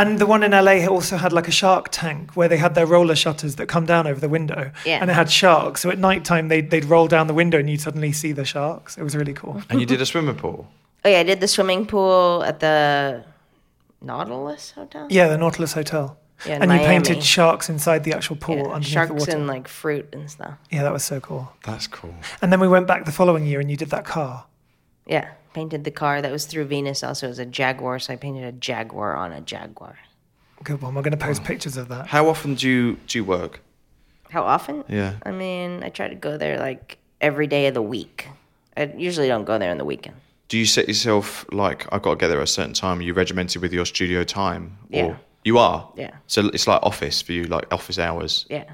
Speaker 2: And the one in LA also had like a shark tank where they had their roller shutters that come down over the window,
Speaker 3: Yeah.
Speaker 2: and it had sharks. So at night time, they'd, they'd roll down the window and you'd suddenly see the sharks. It was really cool.
Speaker 1: And you did a swimming pool.
Speaker 3: Oh yeah, I did the swimming pool at the Nautilus Hotel.
Speaker 2: Yeah, the Nautilus Hotel.
Speaker 3: Yeah, in
Speaker 2: and you
Speaker 3: Miami.
Speaker 2: painted sharks inside the actual pool
Speaker 3: Yeah,
Speaker 2: underneath the
Speaker 3: sharks
Speaker 2: water.
Speaker 3: and like fruit and stuff.
Speaker 2: yeah, that was so cool.
Speaker 1: That's cool.
Speaker 2: And then we went back the following year and you did that car.
Speaker 3: Yeah, painted the car that was through Venus. Also, it was a jaguar, so I painted a jaguar on a jaguar.
Speaker 2: Good one. We're going to post pictures of that.
Speaker 1: How often do you do you work?
Speaker 3: How often?
Speaker 1: Yeah.
Speaker 3: I mean, I try to go there like every day of the week. I usually don't go there on the weekend.
Speaker 1: Do you set yourself like I've got to get there at a certain time? Are you regimented with your studio time?
Speaker 3: Yeah.
Speaker 1: Or, you are.
Speaker 3: Yeah.
Speaker 1: So it's like office for you, like office hours.
Speaker 3: Yeah.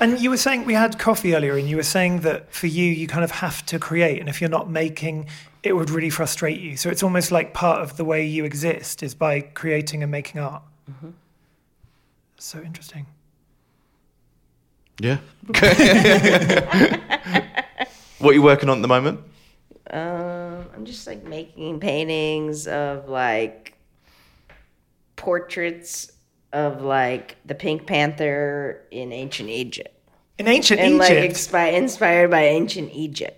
Speaker 2: And you were saying we had coffee earlier, and you were saying that for you, you kind of have to create, and if you're not making, it would really frustrate you. So it's almost like part of the way you exist is by creating and making art. So interesting.
Speaker 1: Yeah. [laughs] what are you working on at the moment?
Speaker 3: Um, I'm just like making paintings of like portraits of like the Pink Panther in ancient Egypt.
Speaker 2: In ancient
Speaker 3: and like
Speaker 2: Egypt,
Speaker 3: expi- inspired by ancient Egypt.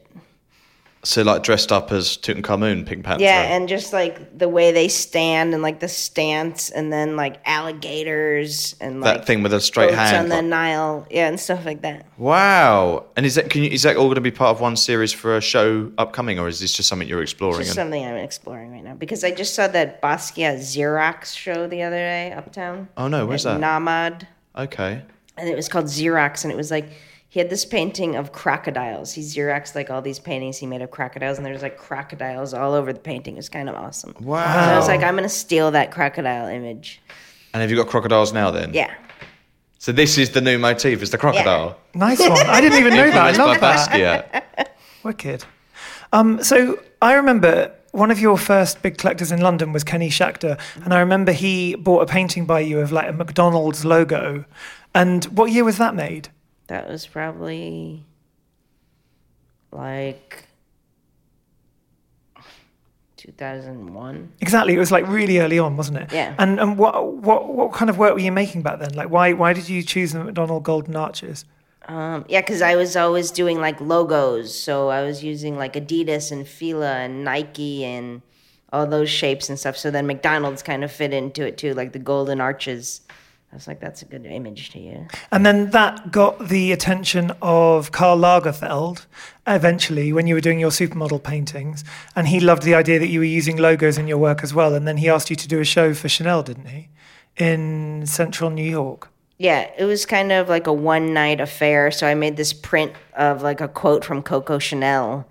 Speaker 1: So like dressed up as Tutankhamun, Pink Panther.
Speaker 3: Yeah, and just like the way they stand and like the stance, and then like alligators and
Speaker 1: that
Speaker 3: like
Speaker 1: thing with a straight
Speaker 3: boats on
Speaker 1: hand.
Speaker 3: the
Speaker 1: like-
Speaker 3: Nile, yeah, and stuff like that.
Speaker 1: Wow! And is that can you, is that all going to be part of one series for a show upcoming, or is this just something you're exploring?
Speaker 3: Just
Speaker 1: and-
Speaker 3: something I'm exploring right now because I just saw that Basquiat Xerox show the other day uptown.
Speaker 1: Oh, no, where's
Speaker 3: at
Speaker 1: that?
Speaker 3: Namad,
Speaker 1: okay,
Speaker 3: and it was called Xerox, and it was like. He had this painting of crocodiles. He Xeroxed like all these paintings he made of crocodiles, and there was like crocodiles all over the painting. It was kind of awesome.
Speaker 1: wow!
Speaker 3: So I was like, I'm gonna steal that crocodile image.
Speaker 1: and have you got crocodiles now? Then
Speaker 3: Yeah.
Speaker 1: So this is the new motif: is the crocodile.
Speaker 2: nice one. I didn't even know
Speaker 1: [laughs]
Speaker 2: that. I
Speaker 1: Influenced by
Speaker 2: love that.
Speaker 3: [laughs]
Speaker 1: Basquiat.
Speaker 2: Wicked. Um, so I remember one of your first big collectors in London was Kenny Schachter, and I remember he bought a painting by you of like a McDonald's logo. And what year was that made?
Speaker 3: That was probably like 2001.
Speaker 2: Exactly. It was like really early on, wasn't it?
Speaker 3: Yeah.
Speaker 2: And and what what what kind of work were you making back then? Like why why did you choose the McDonald Golden Arches?
Speaker 3: Um, yeah, because I was always doing like logos. So I was using like Adidas and Fila and Nike and all those shapes and stuff. So then McDonald's kind of fit into it too, like the golden arches. I was like, that's a good image to use.
Speaker 2: And then that got the attention of Karl Lagerfeld eventually when you were doing your supermodel paintings. And he loved the idea that you were using logos in your work as well. And then he asked you to do a show for Chanel, didn't he? In central New York.
Speaker 3: Yeah, it was kind of like a one night affair. So I made this print of like a quote from Coco Chanel.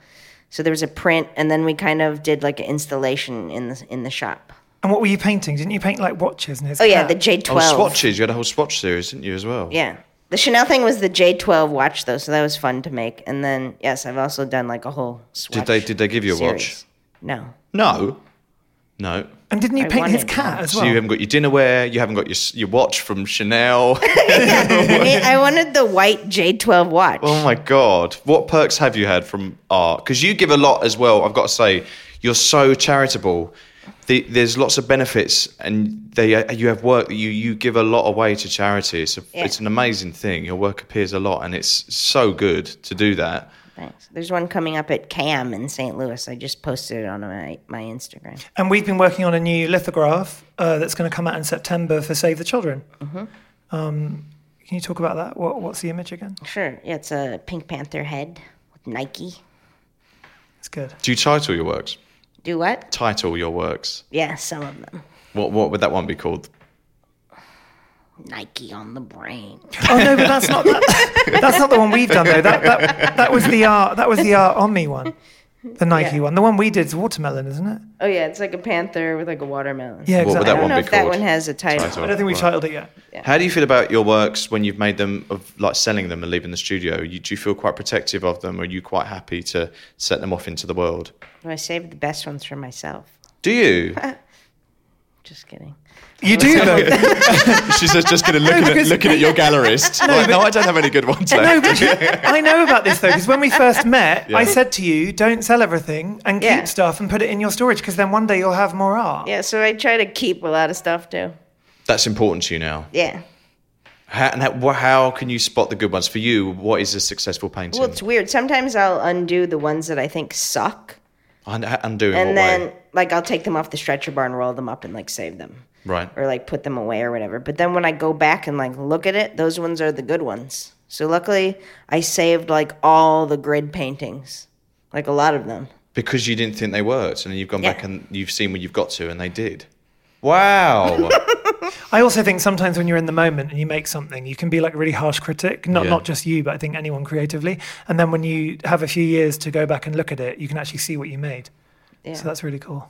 Speaker 3: So there was a print, and then we kind of did like an installation in the in the shop.
Speaker 2: And what were you painting? Didn't you paint like watches and his
Speaker 3: Oh yeah,
Speaker 2: cat?
Speaker 3: the J
Speaker 1: Oh,
Speaker 3: twelve.
Speaker 1: swatches. You had a whole swatch series, didn't you, as well?
Speaker 3: Yeah. The Chanel thing was the J12 watch though, so that was fun to make. And then yes, I've also done like a whole swatch
Speaker 1: Did they- did they give you a watch?
Speaker 3: series. No.
Speaker 1: No. No.
Speaker 2: And didn't you
Speaker 3: I
Speaker 2: paint his
Speaker 3: wanted
Speaker 2: cat
Speaker 3: one.
Speaker 2: as
Speaker 1: So
Speaker 2: well?
Speaker 1: you haven't got your dinnerware. You haven't got your s- your watch from
Speaker 3: [laughs]
Speaker 1: Chanel.
Speaker 3: I mean, I wanted the white J12 watch.
Speaker 1: Oh my god! What perks have you had from art? Because you give a lot as well. I've got to say, you're so charitable. The, there's lots of benefits, and they uh, you have work that you you give a lot away to charity. It's a,
Speaker 3: Yeah.
Speaker 1: it's an amazing thing. Your work appears a lot, and it's so good to do that.
Speaker 3: Thanks. There's one coming up at CAM in St. Louis. I just posted it on my my Instagram.
Speaker 2: And we've been working on a new lithograph uh, that's going to come out in September for Save the Children. Um, can you talk about that? What, what's the image again?
Speaker 3: Sure. Yeah, it's a Pink Panther head with Nike.
Speaker 2: It's good.
Speaker 1: Do you title your works?
Speaker 3: Do what?
Speaker 1: Title your works.
Speaker 3: Yeah, some of them.
Speaker 1: What what would that one be called?
Speaker 3: Nike on the brain.
Speaker 2: [laughs] Oh no, but that's not that, [laughs] that's not the one we've done though. That, that that was the art that was the art on me one, the Nike
Speaker 3: Yeah.
Speaker 2: one. The one we did is watermelon, isn't it?
Speaker 3: Oh yeah, it's like a panther with like a watermelon.
Speaker 2: Yeah,
Speaker 1: What would
Speaker 2: exactly.
Speaker 1: that
Speaker 3: I don't
Speaker 1: one
Speaker 3: know
Speaker 1: be
Speaker 3: if that
Speaker 1: called?
Speaker 3: one has a title.
Speaker 1: Title.
Speaker 2: I don't think we've
Speaker 1: Right.
Speaker 2: titled it yet.
Speaker 1: How do you feel about your works when you've made them of like selling them and leaving the studio? You, do you feel quite protective of them? Or are you quite happy to set them off into the world?
Speaker 3: I saved the best ones for myself.
Speaker 1: Do
Speaker 3: [laughs]
Speaker 1: you?
Speaker 3: Just kidding.
Speaker 2: You do though.
Speaker 1: She's just, just going to look at it- looking
Speaker 2: [laughs]
Speaker 1: at your gallerist. No, no, I don't have any good ones
Speaker 2: No,
Speaker 1: left.
Speaker 2: but you- I know about this though because when we first met, I said to you, "Don't sell everything and
Speaker 3: Yeah.
Speaker 2: keep stuff and put it in your storage because then one day you'll have more art."
Speaker 3: Yeah, so I try to keep a lot of stuff too.
Speaker 1: That's important to you now.
Speaker 3: Yeah.
Speaker 1: How, and how, wha- how can you spot the good ones for you? What is a successful painting?
Speaker 3: Well, it's weird. Sometimes I'll undo the ones that I think suck,
Speaker 1: Un- Undo in
Speaker 3: and
Speaker 1: what
Speaker 3: then
Speaker 1: way?
Speaker 3: like I'll take them off the stretcher bar and roll them up and like save them,
Speaker 1: Right.
Speaker 3: or like put them away or whatever. But then when I go back and like look at it, those ones are the good ones. So luckily, I saved like all the grid paintings, like a lot of them.
Speaker 1: Because you didn't think they worked, and then you've gone
Speaker 3: Yeah.
Speaker 1: back and you've seen where you've got to, and they did.
Speaker 3: [laughs]
Speaker 1: Wow.
Speaker 2: I also think sometimes when you're in the moment and you make something, you can be like a really harsh critic, not
Speaker 1: Yeah.
Speaker 2: not just you, but I think anyone creatively. And then when you have a few years to go back and look at it, you can actually see what you made.
Speaker 3: Yeah.
Speaker 2: So that's really cool.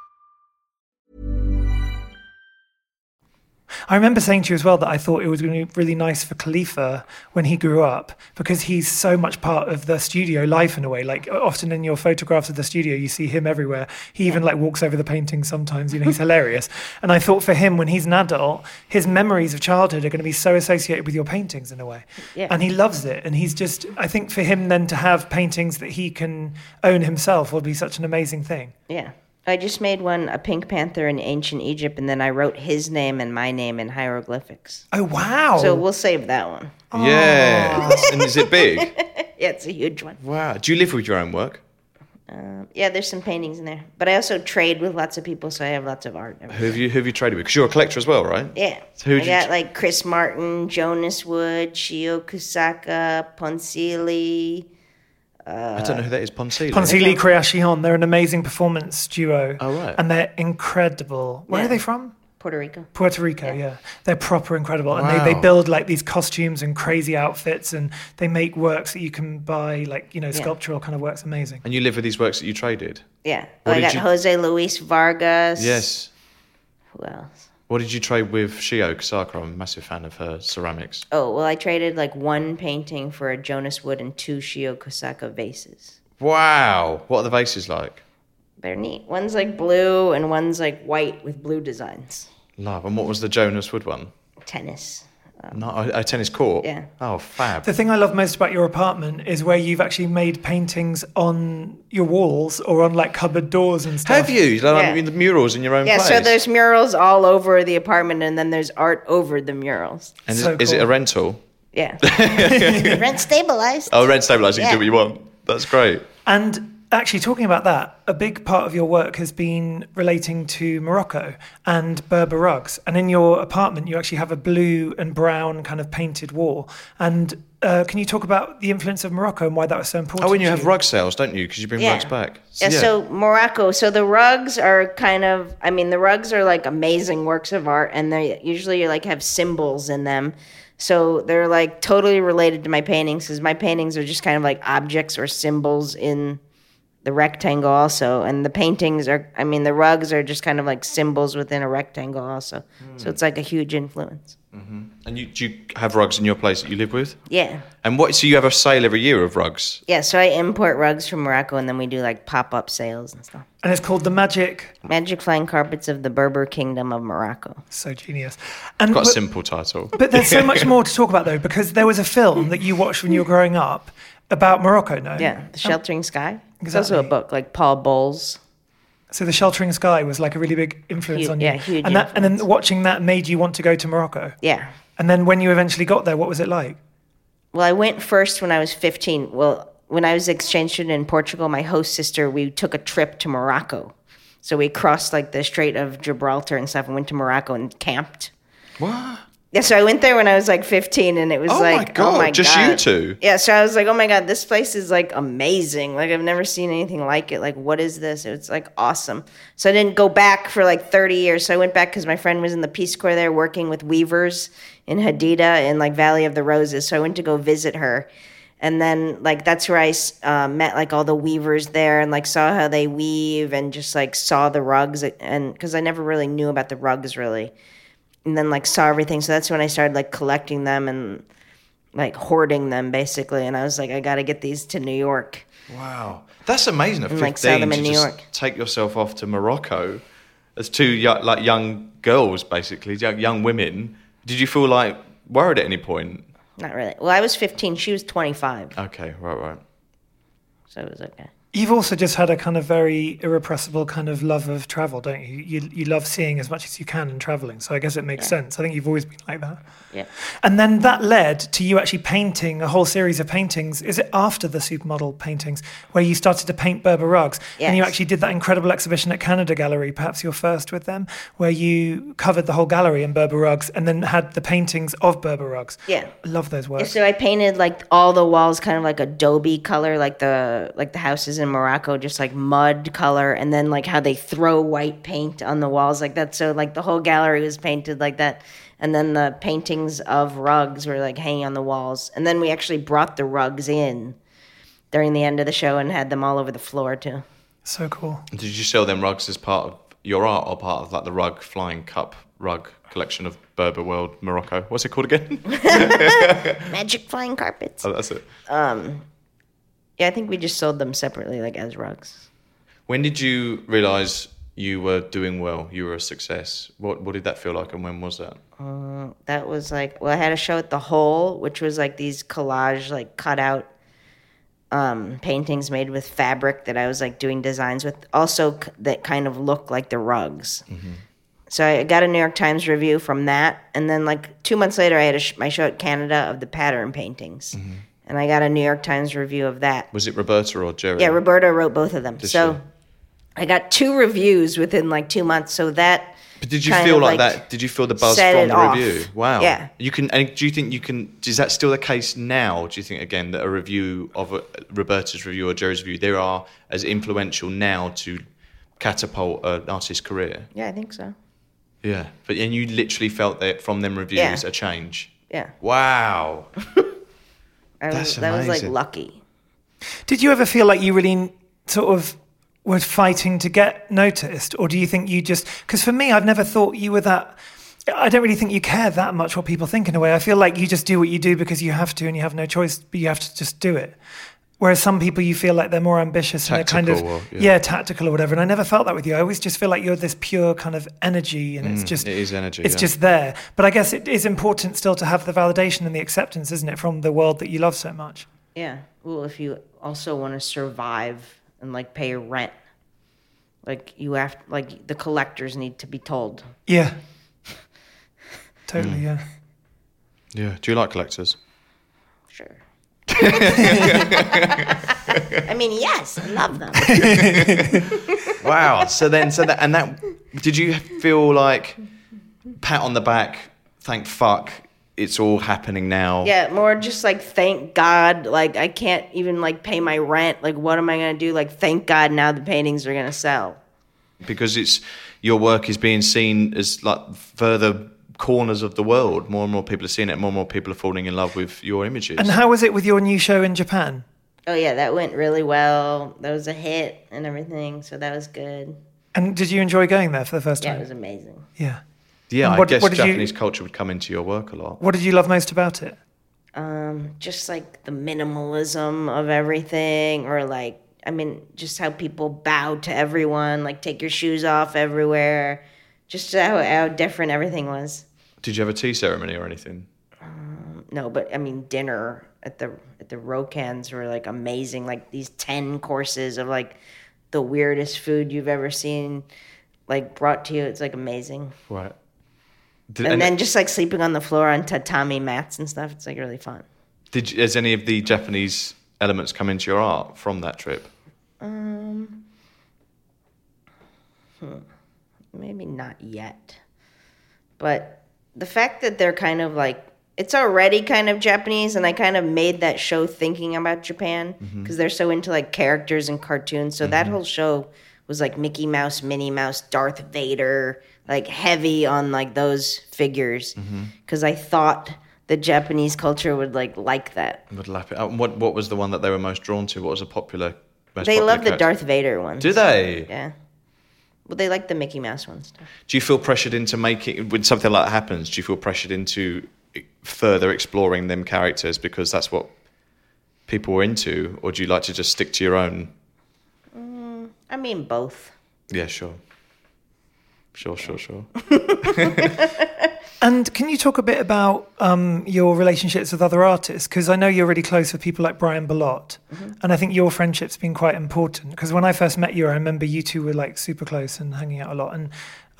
Speaker 2: I remember saying to you as well that I thought it was going to be really nice for Khalifa when he grew up because he's so much part of the studio life in a way. Like often in your photographs of the studio, you see him everywhere. He even like walks over the paintings sometimes. You
Speaker 3: [laughs]
Speaker 2: know, he's hilarious. And I thought for him when he's an adult, his memories of childhood are going to be so associated with your paintings in a way.
Speaker 3: Yeah.
Speaker 2: And he loves it. And he's just, I think for him then to have paintings that he can own himself would be such an amazing thing.
Speaker 3: Yeah. I just made one a pink panther in ancient Egypt, and then I wrote his name and my name in hieroglyphics.
Speaker 2: Oh wow!
Speaker 3: So we'll save that one.
Speaker 1: yeah. And is it big?
Speaker 3: Yeah, it's a huge one.
Speaker 1: Wow. Do you live with your own work?
Speaker 3: Um, yeah, there's some paintings in there, but I also trade with lots of people, so I have lots of art.
Speaker 1: Who have you who have you traded with? Because you're a collector as well, right?
Speaker 3: Yeah.
Speaker 1: So who'd
Speaker 3: I
Speaker 1: you
Speaker 3: got
Speaker 1: tr-
Speaker 3: like Chris Martin, Jonas Wood, Shio Kusaka, Ponsili.
Speaker 1: I don't know who that is. Ponsili.
Speaker 2: Ponsili Creation, they're an amazing performance duo.
Speaker 1: Oh, right.
Speaker 2: And they're incredible. Where are
Speaker 3: Yeah.
Speaker 2: they from?
Speaker 3: Puerto Rico.
Speaker 2: Puerto Rico, yeah. They're proper incredible. And they,
Speaker 1: Wow.
Speaker 2: they build like these costumes and crazy outfits and they make works that you can buy, like, you know, sculptural kind of works. Amazing.
Speaker 1: And you live with these works that you traded.
Speaker 3: Yeah.
Speaker 1: What
Speaker 3: I
Speaker 1: did
Speaker 3: got
Speaker 1: you-
Speaker 3: Jose Luis Vargas.
Speaker 1: Yes.
Speaker 3: Who else?
Speaker 1: What did you trade with Shio Kusaka? I'm a massive fan of her ceramics.
Speaker 3: Oh, well, I traded like one painting for a Jonas Wood and two Shio Kusaka vases.
Speaker 1: Wow. What are the vases like?
Speaker 3: They're neat. One's like blue and one's like white with blue designs.
Speaker 1: Love. And what was the Jonas Wood one?
Speaker 3: Tennis.
Speaker 1: No, a, a tennis court.
Speaker 3: Um, Yeah.
Speaker 1: Oh, fab.
Speaker 2: The thing I love most about your apartment is where you've actually made paintings on your walls or on like cupboard doors and stuff.
Speaker 1: Have you? Like,
Speaker 3: Yeah.
Speaker 1: I mean, the murals in your own
Speaker 3: Yeah,
Speaker 1: place.
Speaker 3: so there's murals all over the apartment and then there's art over the murals.
Speaker 1: And is,
Speaker 2: So
Speaker 1: is it a
Speaker 2: cool.
Speaker 1: rental?
Speaker 3: Yeah. Rent stabilized.
Speaker 1: Oh, rent stabilised. You can do
Speaker 3: Yeah.
Speaker 1: what you want. That's great.
Speaker 2: And actually, talking about that, a big part of your work has been relating to Morocco and Berber rugs. And in your apartment, you actually have a blue and brown kind of painted wall. And uh, can you talk about the influence of Morocco and why that was so important?
Speaker 1: Oh, and you
Speaker 2: to
Speaker 1: have rug sales, don't you? Because you bring
Speaker 3: Yeah.
Speaker 1: rugs back.
Speaker 3: Yeah, so Morocco. So the rugs are kind of I mean the rugs are like amazing works of art and they usually like have symbols in them. So they're like totally related to my paintings cuz my paintings are just kind of like objects or symbols in the rectangle also and the paintings are I mean the rugs are just kind of like symbols within a rectangle also. So it's like a huge influence.
Speaker 1: And you, do you have rugs in your place that you live with?
Speaker 3: Yeah.
Speaker 1: And what? So you have a sale every year of rugs.
Speaker 3: Yeah, so I import rugs from Morocco and then we do like pop-up sales and stuff.
Speaker 2: And it's called the Magic.
Speaker 3: Magic flying carpets of the Berber Kingdom of Morocco.
Speaker 2: So genius. And
Speaker 1: Quite a
Speaker 2: but-
Speaker 1: simple title.
Speaker 2: But there's
Speaker 1: [laughs]
Speaker 2: so much more to talk about though, because there was a film that you watched when you were growing up about Morocco. No, Um,
Speaker 3: Yeah, The Sheltering Sky. It's also a
Speaker 2: Exactly.
Speaker 3: book like Paul Bowles.
Speaker 2: So the Sheltering Sky was like a really big influence
Speaker 3: Huge-
Speaker 2: on you.
Speaker 3: yeah, huge
Speaker 2: And that, and then watching that made you want to go to Morocco.
Speaker 3: Yeah.
Speaker 2: And then when you eventually got there, what was it like?
Speaker 3: Well, I went first when I was 15. Well, when I was exchange student in Portugal, my host sister, we took a trip to Morocco. So we crossed like the Strait of Gibraltar and stuff and went to Morocco and camped.
Speaker 1: What?
Speaker 3: Yeah, so I went there when I was like 15 and it was
Speaker 1: Oh my
Speaker 3: like, oh
Speaker 1: God,
Speaker 3: my
Speaker 1: just
Speaker 3: God.
Speaker 1: you two?
Speaker 3: Yeah, so I was like, oh my God, this place is like amazing. Like, I've never seen anything like it. Like, what is this? It's like awesome. So I didn't go back for like 30 years. So I went back because my friend was in the Peace Corps there working with weavers in Hadida in like Valley of the Roses. So I went to go visit her. And then, like, that's where I s- uh, met like all the weavers there and like saw how they weave and just like saw the rugs. And because I never really knew about the rugs really and then like saw everything. So that's when I started like collecting them and like hoarding them basically. And I was like, I got to get these to New York.
Speaker 1: Wow, that's amazing. At fifteen,
Speaker 3: like, sell them
Speaker 1: to
Speaker 3: in New
Speaker 1: just
Speaker 3: York.
Speaker 1: take yourself off to Morocco as two yo- like young girls, basically young, young women. Did you feel like worried at any point?
Speaker 3: Not really. Well, I was 15. She was 25.
Speaker 1: Okay, right, right.
Speaker 3: So it was okay.
Speaker 2: You've also just had a kind of very irrepressible kind of love of travel, don't you? You, you love seeing as much as you can and traveling. So I guess it makes sense. I think you've always been like that.
Speaker 3: Yeah.
Speaker 2: And then that led to you actually painting a whole series of paintings. Is it after the supermodel paintings where you started to paint Berber rugs? And you
Speaker 3: Yes.
Speaker 2: actually did that incredible exhibition at Canada Gallery, perhaps your first with them, where you covered the whole gallery in Berber rugs and then had the paintings of Berber rugs.
Speaker 3: Yeah.
Speaker 2: I love those
Speaker 3: Yeah,
Speaker 2: works.
Speaker 3: So I painted like all the walls kind of like adobe color, like the like the houses in Morocco, just like mud color, and then like how they throw white paint on the walls like that. So like the whole gallery was painted like that, and then the paintings of rugs were like hanging on the walls, and then we actually brought the rugs in during the end of the show and had them all over the floor too.
Speaker 2: So cool.
Speaker 1: Did you sell them rugs as part of your art or part of like the rug flying cup rug collection of Berber World Morocco? What's it called again? [laughs]
Speaker 3: Magic flying carpets.
Speaker 1: oh, that's it.
Speaker 3: Yeah, I think we just sold them separately, like as rugs.
Speaker 1: When did you realise you were doing well? You were a success. What What did that feel like, and when was that?
Speaker 3: that was like well i had a show at the hole which was like these collage like cutout um, paintings made with fabric that i was like doing designs with also c- that kind of look like the rugs so i got a new york times review from that and then like two months later i had a sh- my show at canada of the pattern paintings and I got a New York Times review of that.
Speaker 1: Was it Roberta or Jerry?
Speaker 3: Yeah, Roberta wrote both of them.
Speaker 1: Did
Speaker 3: so
Speaker 1: she?
Speaker 3: I got two reviews within like two months. So that.
Speaker 1: But did you
Speaker 3: kind
Speaker 1: feel
Speaker 3: of,
Speaker 1: like, that? Did you feel the buzz
Speaker 3: set
Speaker 1: from
Speaker 3: it
Speaker 1: the
Speaker 3: off.
Speaker 1: review? Wow.
Speaker 3: Yeah.
Speaker 1: You can. And do you think you can? Is that still the case now? Do you think again that a review of a, Roberta's review or Jerry's review they are as influential now to catapult an artist's career?
Speaker 3: Yeah, I think so.
Speaker 1: Yeah. But and you literally felt that from them reviews
Speaker 3: Yeah.
Speaker 1: a change.
Speaker 3: Yeah.
Speaker 1: Wow.
Speaker 3: I
Speaker 1: That's
Speaker 3: was, that was like
Speaker 1: amazing.
Speaker 3: lucky.
Speaker 2: Did you ever feel like you really n- sort of were fighting to get noticed, or do you think you just? Because for me, I've never thought you were that. I don't really think you care that much what people think in a way. I feel like you just do what you do because you have to and you have no choice, but you have to just do it. Whereas some people, you feel like they're more ambitious and they're kind of
Speaker 1: Tactical or- yeah.
Speaker 2: yeah. tactical or whatever. And I never felt that with you. I always just feel like you're this pure kind of energy, and it's just
Speaker 1: Mm, it is energy,
Speaker 2: It's
Speaker 1: yeah.
Speaker 2: just there. But I guess it is important still to have the validation and the acceptance, isn't it, from the world that you love so much?
Speaker 3: Yeah. Well, if you also want to survive and like pay your rent, like you have, like the collectors need to be told.
Speaker 2: Yeah. [laughs] Totally, yeah.
Speaker 1: Yeah. Do you like collectors? [laughs]
Speaker 3: Sure. I mean, yes, I love them.
Speaker 1: Wow. So then, so that, and that, did you feel like pat on the back? Thank fuck, it's all happening now.
Speaker 3: Yeah, more just like thank God. Like I can't even like pay my rent. Like what am I gonna do? Like thank God now the paintings are gonna sell.
Speaker 1: Because it's your work is being seen as like further corners of the world. More and more people are seeing it. More and more people are falling in love with your images.
Speaker 2: And how was it with your new show in Japan?
Speaker 3: Oh yeah, that went really well. That was a hit and everything, so that was good.
Speaker 2: And did you enjoy going there for the first
Speaker 3: Yeah, it
Speaker 2: time?
Speaker 3: was amazing.
Speaker 2: Yeah.
Speaker 1: yeah,
Speaker 2: and
Speaker 1: I
Speaker 2: what-
Speaker 1: guess
Speaker 2: what did you-
Speaker 1: Japanese culture would come into your work a lot.
Speaker 2: What did you love most about it?
Speaker 3: Um, just like the minimalism of everything, or like I mean, just how people bow to everyone, like take your shoes off everywhere. Just how, how different everything was.
Speaker 1: Did you have a tea ceremony or anything?
Speaker 3: No, but I mean dinner at the at the Rokans were like amazing. Like these ten courses of like the weirdest food you've ever seen, like brought to you. It's like amazing.
Speaker 1: Right. Did,
Speaker 3: And,
Speaker 1: and
Speaker 3: then just like sleeping on the floor on tatami mats and stuff. It's like really fun.
Speaker 1: did you, has any of the Japanese elements come into your art from that trip?
Speaker 3: Maybe not yet, but the fact that they're kind of like it's already kind of Japanese, and I kind of made that show thinking about Japan because
Speaker 1: Mm-hmm.
Speaker 3: they're so into like characters and cartoons. So that whole show was like Mickey Mouse, Minnie Mouse, Darth Vader, like heavy on like those figures
Speaker 1: Mm-hmm.
Speaker 3: because I thought the Japanese culture would like like that.
Speaker 1: Would lap it up. And What What was the one that they were most drawn to? What was a popular? Most
Speaker 3: they
Speaker 1: popular
Speaker 3: love the
Speaker 1: character?
Speaker 3: Darth Vader one.
Speaker 1: Do they?
Speaker 3: Yeah. Well, they like the Mickey Mouse ones.
Speaker 1: Do you feel pressured into making when something like that happens? Do you feel pressured into further exploring them characters because that's what people were into, or do you like to just stick to your own?
Speaker 3: I mean, both.
Speaker 1: Yeah, sure, sure, sure, sure.
Speaker 2: And can you talk a bit about um, your relationships with other artists? Because I know you're really close with people like Brian Ballot, and I think your friendship's been quite important. Because when I first met you, I remember you two were like super close and hanging out a lot. And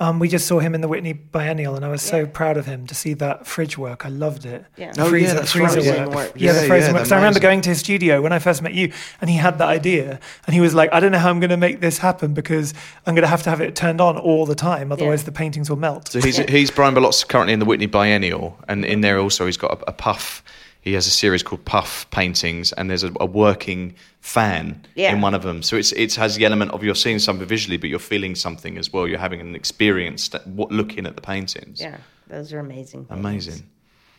Speaker 2: um, we just saw him in the Whitney Biennial, and I was so proud of him to see that fridge work. I loved it.
Speaker 3: Yeah.
Speaker 1: Oh, yeah,
Speaker 2: Freezer-
Speaker 1: that's
Speaker 2: freezer
Speaker 1: right.
Speaker 2: work.
Speaker 3: Frozen work.
Speaker 2: Yeah,
Speaker 1: Yeah,
Speaker 2: the frozen
Speaker 1: yeah,
Speaker 2: work. So I remember
Speaker 1: amazing.
Speaker 2: going to his studio when I first met you, and he had that idea, and he was like, "I don't know how I'm going to make this happen because I'm going to have to have it turned on all the time, otherwise the paintings will melt."
Speaker 1: So he's he's Brian Ballot's currently in the Whitney Biennial, and in there also he's got a, a puff. He has a series called Puff Paintings, and there's a, a working fan
Speaker 3: Yeah.
Speaker 1: in one of them. So it's it has the element of you're seeing something visually, but you're feeling something as well. You're having an experience that, what, looking at the paintings.
Speaker 3: Yeah, those are amazing. things.
Speaker 1: Amazing.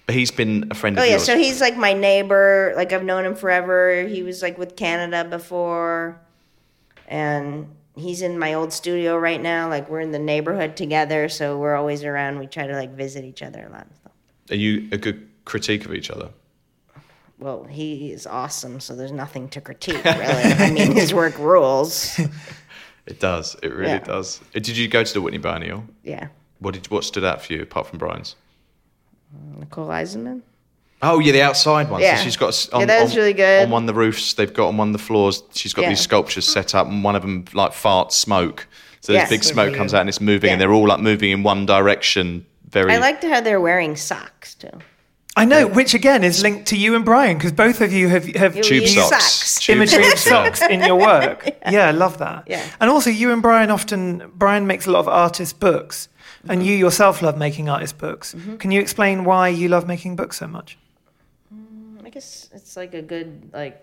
Speaker 1: But he's been a friend
Speaker 3: Oh
Speaker 1: of
Speaker 3: yeah,
Speaker 1: yours.
Speaker 3: so he's like my neighbor. Like I've known him forever. He was like with Canada before, and he's in my old studio right now. Like we're in the neighborhood together, so we're always around. We try to like visit each other a lot. and stuff.
Speaker 1: Are you a good critique of each other?
Speaker 3: Well, he is awesome, so there's nothing to critique really.
Speaker 1: [laughs]
Speaker 3: I mean, his work rules.
Speaker 1: It does. It really
Speaker 3: Yeah.
Speaker 1: does. Uh, Did you go to the Whitney Biennial?
Speaker 3: Yeah,
Speaker 1: What did what stood out for you apart from Brian's?
Speaker 3: Nicole Eisenman.
Speaker 1: Oh yeah, the outside ones.
Speaker 3: Yeah.
Speaker 1: So she's got s-
Speaker 3: Yeah, that was
Speaker 1: on,
Speaker 3: really good.
Speaker 1: on one of the roofs. They've got on one of the floors. She's got
Speaker 3: Yeah.
Speaker 1: these sculptures set up, and one of them like farts smoke. So this
Speaker 3: Yes.
Speaker 1: big smoke comes out and it's moving, and
Speaker 3: Yeah.
Speaker 1: they're all like moving in one direction. Very.
Speaker 3: I liked how they're wearing socks too.
Speaker 2: I know, which again is linked to you and Brian because both of you have have
Speaker 3: You
Speaker 1: Tube
Speaker 3: use
Speaker 1: socks.
Speaker 3: socks.
Speaker 1: Tube
Speaker 3: [laughs]
Speaker 2: imagery of
Speaker 1: socks, yeah.
Speaker 2: socks in your work. Yeah, I love that.
Speaker 3: Yeah.
Speaker 2: And also, you and Brian often, Brian makes a lot of artist books,
Speaker 3: Mm-hmm.
Speaker 2: and you yourself love making artist books. Can you explain why you love making books so much?
Speaker 3: I guess it's like a good like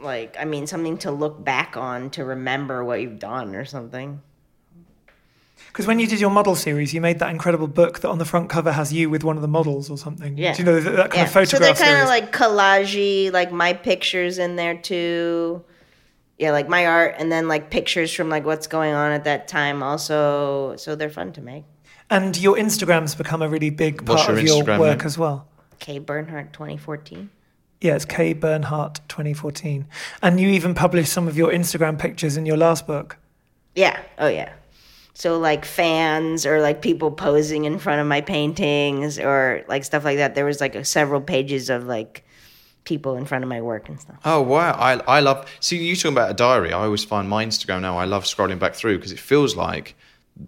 Speaker 3: like I mean something to look back on to remember what you've done or something.
Speaker 2: Because when you did your model series, you made that incredible book that on the front cover has you with one of the models or something.
Speaker 3: Yeah.
Speaker 2: Do you know that, that kind
Speaker 3: yeah.
Speaker 2: of photograph
Speaker 3: so they're kind
Speaker 2: series?
Speaker 3: of like collagey, like my pictures in there too. Yeah, like my art and then like pictures from like what's going on at that time also. So they're fun to make.
Speaker 2: and your Instagram's become a really big
Speaker 1: What's
Speaker 2: part
Speaker 1: your
Speaker 2: of your
Speaker 1: Instagram
Speaker 2: work
Speaker 1: name?
Speaker 2: as well.
Speaker 3: Kay Bernhardt 2014.
Speaker 2: Yeah, it's K Bernhardt 2014. And you even published some of your Instagram pictures in your last book.
Speaker 3: Yeah. Oh yeah. So like fans or like people posing in front of my paintings or like stuff like that. There was like several pages of like people in front of my work and stuff.
Speaker 1: Oh wow, I I love. See, you talking about a diary. I always find my Instagram now. I love scrolling back through because it feels like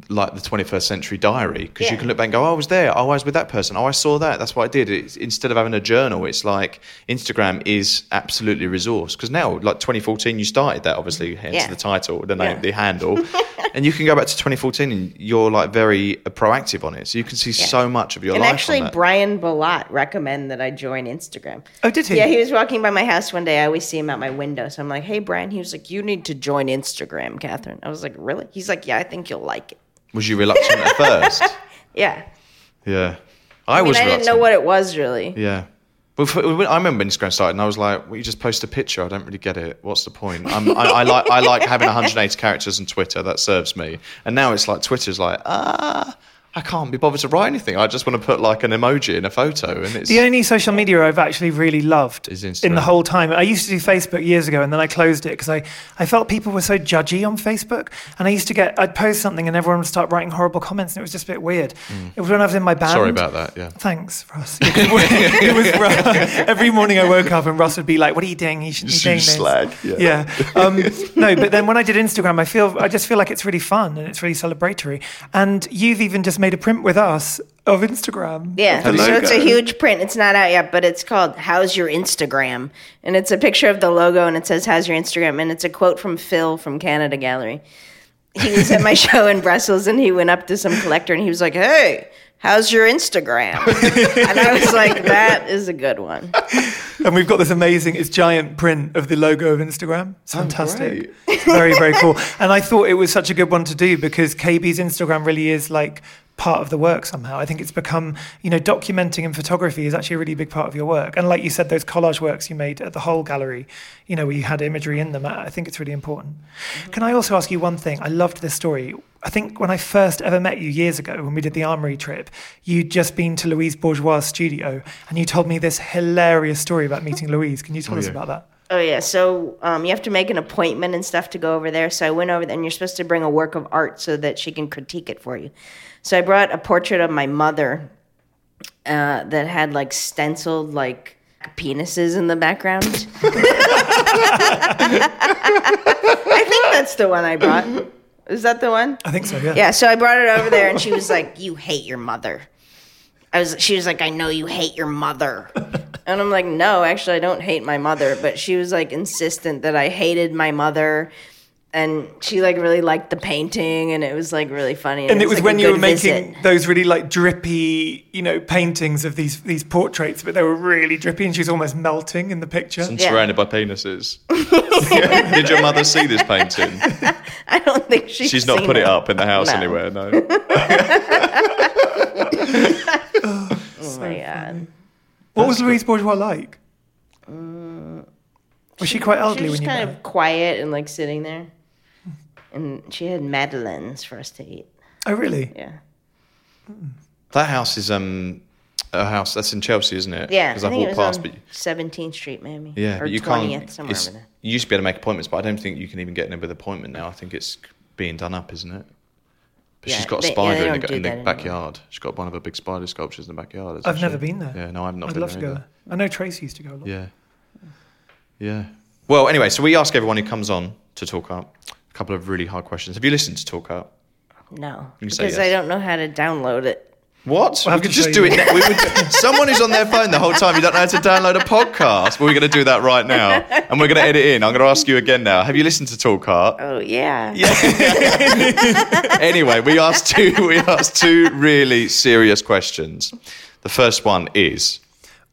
Speaker 1: like the 21st century diary because you
Speaker 3: Yeah.
Speaker 1: can look back and go, oh, I was there. Oh, I was with that person. Oh, I saw that. That's what I did. It's, instead of having a journal, it's like Instagram is absolutely resourced because now, like 2014, you started that obviously, hence
Speaker 3: Yeah.
Speaker 1: the title, the name,
Speaker 3: Yeah.
Speaker 1: the
Speaker 3: [laughs]
Speaker 1: handle, and you can go back to 2014 and you're like very uh, proactive on it, so you can see so much of your
Speaker 3: and
Speaker 1: life. on
Speaker 3: actually,
Speaker 1: that.
Speaker 3: Brian Balat recommended that I join Instagram.
Speaker 2: Oh, did he?
Speaker 3: Yeah, he was walking by my house one day. I always see him out my window. So I'm like, hey, Brian. He was like, you need to join Instagram, Catherine. I was like, really? He's like, yeah, I think you'll like it.
Speaker 1: was you reluctant at
Speaker 3: [laughs]
Speaker 1: first?
Speaker 3: Yeah.
Speaker 1: Yeah, I,
Speaker 3: I mean,
Speaker 1: was.
Speaker 3: I didn't know
Speaker 1: reluctant.
Speaker 3: what it was really.
Speaker 1: Yeah. Well, for, when- I remember when Instagram started, and I was like, "Well, you just post a picture. I don't really get it. What's the point?" I'm, I, I like I like having
Speaker 3: [laughs]
Speaker 1: 180 characters on Twitter. That serves me. And now it's like Twitter's like, ah, I can't be bothered to write anything. I just want to put like an emoji in a photo, and it's
Speaker 2: The only social media I've actually really loved
Speaker 1: Is
Speaker 2: in
Speaker 1: Instagram.
Speaker 2: the whole time. I used to do Facebook years ago and then I closed it because I, I felt people were so judgy on Facebook. And I used to get, I'd post something and everyone would start writing horrible comments and it was just a bit weird. It was when I was in my band.
Speaker 1: Mm. sorry about that. Yeah.
Speaker 2: Thanks, Russ. [laughs] it was Russ. [laughs] Every morning I woke up and Russ would be like, "What are you doing? You should be
Speaker 1: You
Speaker 2: doing this."
Speaker 1: slag,
Speaker 2: Yeah. Um, no, but then when I did Instagram, I feel I just feel like it's really fun and it's really celebratory. And you've even just made a print with us of Instagram.
Speaker 3: Yeah,
Speaker 1: The
Speaker 3: so it's a
Speaker 1: logo.
Speaker 3: huge print. It's not out yet, but it's called "How's Your Instagram," and it's a picture of the logo, and it says "How's Your Instagram," and it's a quote from Phil from Canada Gallery. He was at my [laughs] show in Brussels, and he went up to some collector, and he was like, "Hey, how's your
Speaker 1: [laughs]
Speaker 3: Instagram?" and I was like, "That is a good one."
Speaker 2: And we've got this amazing, it's giant print of the logo of Instagram. It's fantastic.
Speaker 1: great.
Speaker 2: It's very, very cool. And I thought it was such a good one to do because KB's Instagram really is like part of the work somehow. I think it's become, you know, documenting and photography is actually a really big part of your work. And like you said, those collage works you made at the whole gallery, you know, where you had imagery in them, I I think it's really important. Can I also ask you one thing? I loved this story. I think when I first ever met you years ago, when we did the Armory trip, you'd just been to Louise Bourgeois' studio and you told me this hilarious story about meeting Louise. Can you tell us about that?
Speaker 3: Oh yeah, so um, you have to make an appointment and stuff to go over there. So I went over there, and you're supposed to bring a work of art so that she can critique it for you. So I brought a portrait of my mother uh, that had like stenciled like penises in the background. [laughs] I think that's the one I brought. Is that the one?
Speaker 2: I think so, yeah.
Speaker 3: Yeah, so I brought it over there, and she
Speaker 2: [laughs]
Speaker 3: was like, "You hate your mother." I was. She was like, "I know you hate your mother," and I'm like, "No, actually, I don't hate my mother." But she was like insistent that I hated my mother, and she like really liked the painting, and it was like really funny.
Speaker 2: And it was
Speaker 3: like, a
Speaker 2: when you were
Speaker 3: good
Speaker 2: making
Speaker 3: visit. [laughs]
Speaker 2: those really like drippy, you know, paintings of these these portraits, but they were really drippy, and she's almost melting in the picture.
Speaker 1: I'm
Speaker 3: [laughs] Yeah.
Speaker 1: surrounded by
Speaker 3: [laughs]
Speaker 1: penises. Did your mother see this painting?
Speaker 3: I don't think she's
Speaker 1: She's not
Speaker 3: seen
Speaker 1: put it up in the house
Speaker 3: No.
Speaker 1: anywhere. No.
Speaker 3: [laughs] Oh my god!
Speaker 2: What was Louise Bourgeois like? Was she quite
Speaker 3: Uh, She
Speaker 2: elderly when
Speaker 3: was just
Speaker 2: you met
Speaker 3: kind
Speaker 2: her?
Speaker 3: of quiet and like sitting there, and she had madeleines for us to eat.
Speaker 2: Oh, really?
Speaker 3: Yeah.
Speaker 1: That house is um a house that's in Chelsea, isn't it?
Speaker 3: Yeah,
Speaker 1: Because
Speaker 3: I
Speaker 1: I've
Speaker 3: think
Speaker 1: walked
Speaker 3: it was
Speaker 1: past,
Speaker 3: on
Speaker 1: but
Speaker 3: 17th Street, maybe.
Speaker 1: Yeah,
Speaker 3: or
Speaker 1: but you
Speaker 3: 20th,
Speaker 1: can't.
Speaker 3: somewhere
Speaker 1: it's-
Speaker 3: over there.
Speaker 1: You used to be able to make appointments, but I don't think you can even get in with appointment now. I think it's being done up, isn't it? But
Speaker 3: Yeah,
Speaker 1: she's got a
Speaker 3: they- yeah,
Speaker 1: spider
Speaker 3: they
Speaker 1: in
Speaker 3: don't
Speaker 1: the,
Speaker 3: do
Speaker 1: in the
Speaker 3: that anymore.
Speaker 1: backyard. She's got one of her big spider sculptures in the backyard.
Speaker 2: I've never
Speaker 1: actually.
Speaker 2: been there.
Speaker 1: Yeah, no, I've not
Speaker 2: I'd
Speaker 1: been
Speaker 2: love
Speaker 1: there
Speaker 2: to go
Speaker 1: either.
Speaker 2: there. I know Tracy used to go a lot.
Speaker 1: Yeah. Yeah. Well, anyway, so we ask everyone who comes on to Talk Up a couple of really hard questions. Have you listened to Talk Up?
Speaker 3: No,
Speaker 1: You
Speaker 3: because
Speaker 1: say yes.
Speaker 3: I don't know how to download it.
Speaker 1: What?
Speaker 2: We'll have
Speaker 1: we could
Speaker 2: to
Speaker 1: just
Speaker 2: show
Speaker 1: do
Speaker 2: you.
Speaker 1: it. Now. We would, someone who's on their phone the whole time, you don't know how to download a podcast. Well, we're going to do that right now. And we're going to edit in. I'm going to ask you again now. Have you listened to Talk Art?
Speaker 3: Oh yeah.
Speaker 1: anyway, we asked two we asked two really serious questions. The first one is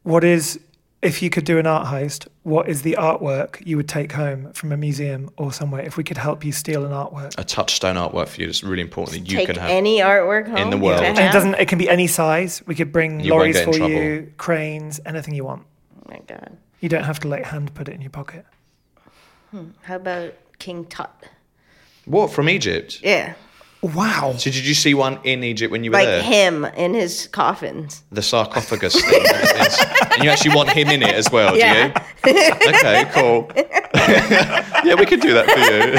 Speaker 2: What is, if you could do an art heist, what is the artwork you would take home from a museum or somewhere if we could help you steal an artwork?
Speaker 1: a touchstone artwork for you. It's really important that you
Speaker 3: Take
Speaker 1: can have
Speaker 3: any artwork home
Speaker 1: in the
Speaker 3: you
Speaker 1: world.
Speaker 3: can
Speaker 2: And it
Speaker 3: have.
Speaker 2: doesn't. It can be any size. We could bring
Speaker 1: You won't
Speaker 2: lorries
Speaker 1: get in
Speaker 2: for
Speaker 1: trouble.
Speaker 2: you, cranes, anything you want.
Speaker 3: Oh my god.
Speaker 2: You don't have to like hand put it in your pocket.
Speaker 3: How about King Tut?
Speaker 1: what from Egypt.
Speaker 3: Yeah.
Speaker 2: Wow.
Speaker 1: So did you see one in Egypt when you were
Speaker 3: Like
Speaker 1: there?
Speaker 3: him in his coffins.
Speaker 1: The sarcophagus thing. Yes. and you actually want him in it as well,
Speaker 3: Yeah.
Speaker 1: do you? Okay, cool. [laughs] yeah, we could do that for you.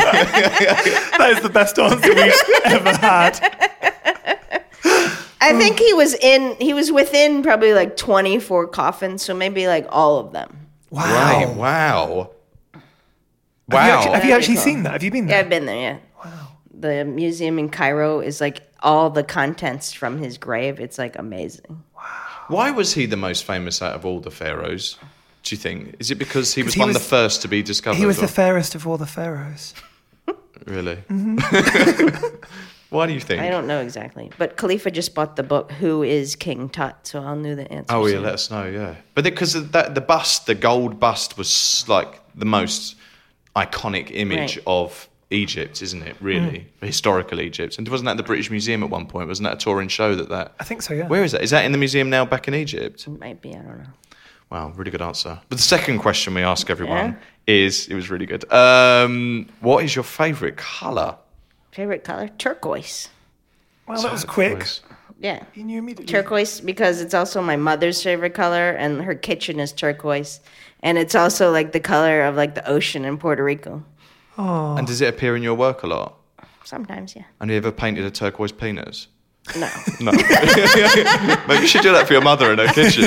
Speaker 2: That is the best answer we've ever had.
Speaker 3: I think he was in he was within probably like twenty four coffins, so maybe like all of them.
Speaker 2: [laughs] Wow.
Speaker 1: Right, wow.
Speaker 2: Have you
Speaker 1: Wow.
Speaker 2: actually, have you
Speaker 3: That'd be
Speaker 2: actually
Speaker 3: cool.
Speaker 2: seen that? Have you been
Speaker 3: Yeah,
Speaker 2: there?
Speaker 3: I've been there, yeah. Wow. The museum in Cairo is like all the contents from his grave. It's like amazing.
Speaker 1: Why was he the most famous out of all the pharaohs? Do you think? Is it because he was
Speaker 2: he
Speaker 1: one of
Speaker 2: was-
Speaker 1: the first to be discovered?
Speaker 2: He was the
Speaker 1: or-
Speaker 2: fairest of all the pharaohs.
Speaker 1: really.
Speaker 2: Mm-hmm.
Speaker 1: [laughs] Why do you think?
Speaker 3: I don't know exactly. But Khalifa just bought the book Who is King Tut, so I'll know the answer.
Speaker 1: Oh yeah,
Speaker 3: soon.
Speaker 1: let us know. Yeah, but because that the bust, the gold bust, was like the most iconic image
Speaker 3: Right. Mm.
Speaker 1: of Egypt, isn't it? Really, historical Egypt. And wasn't that the British Museum at one point? Wasn't that a touring show that that?
Speaker 2: I think so. Yeah.
Speaker 1: Where is that? Is that in the museum now, back in Egypt?
Speaker 3: It might be, I don't know.
Speaker 1: Wow, really good answer. But the second question we ask everyone is: it was really good. Um, what is your favourite colour?
Speaker 3: Favorite color? Turquoise.
Speaker 2: Well, Oh, that was quick.
Speaker 1: Turquoise.
Speaker 3: Yeah.
Speaker 2: You knew immediately.
Speaker 3: Turquoise because it's also my mother's favorite color and her kitchen is turquoise. And it's also like the color of like the ocean in Puerto Rico.
Speaker 1: And does it appear in your work a lot?
Speaker 3: Sometimes, yeah.
Speaker 1: And you ever painted a turquoise penis?
Speaker 3: No.
Speaker 1: [laughs] No. Maybe you should do that for your mother in her
Speaker 3: [laughs]
Speaker 1: kitchen.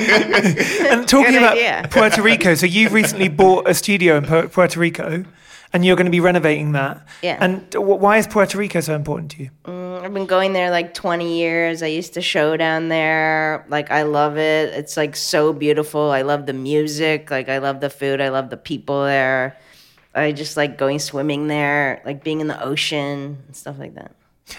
Speaker 2: And talking
Speaker 3: Good
Speaker 2: about
Speaker 3: idea.
Speaker 2: [laughs] Puerto Rico, so you've recently bought a studio in Pu- Puerto Rico, and you're going to be renovating that.
Speaker 3: Yeah.
Speaker 2: And w- why is Puerto Rico so important to you?
Speaker 3: I've been going there like 20 years. I used to show down there. Like, I love it. It's like so beautiful. I love the music. Like, I love the food. I love the people there. I just like going swimming there, like being in the ocean and stuff like that.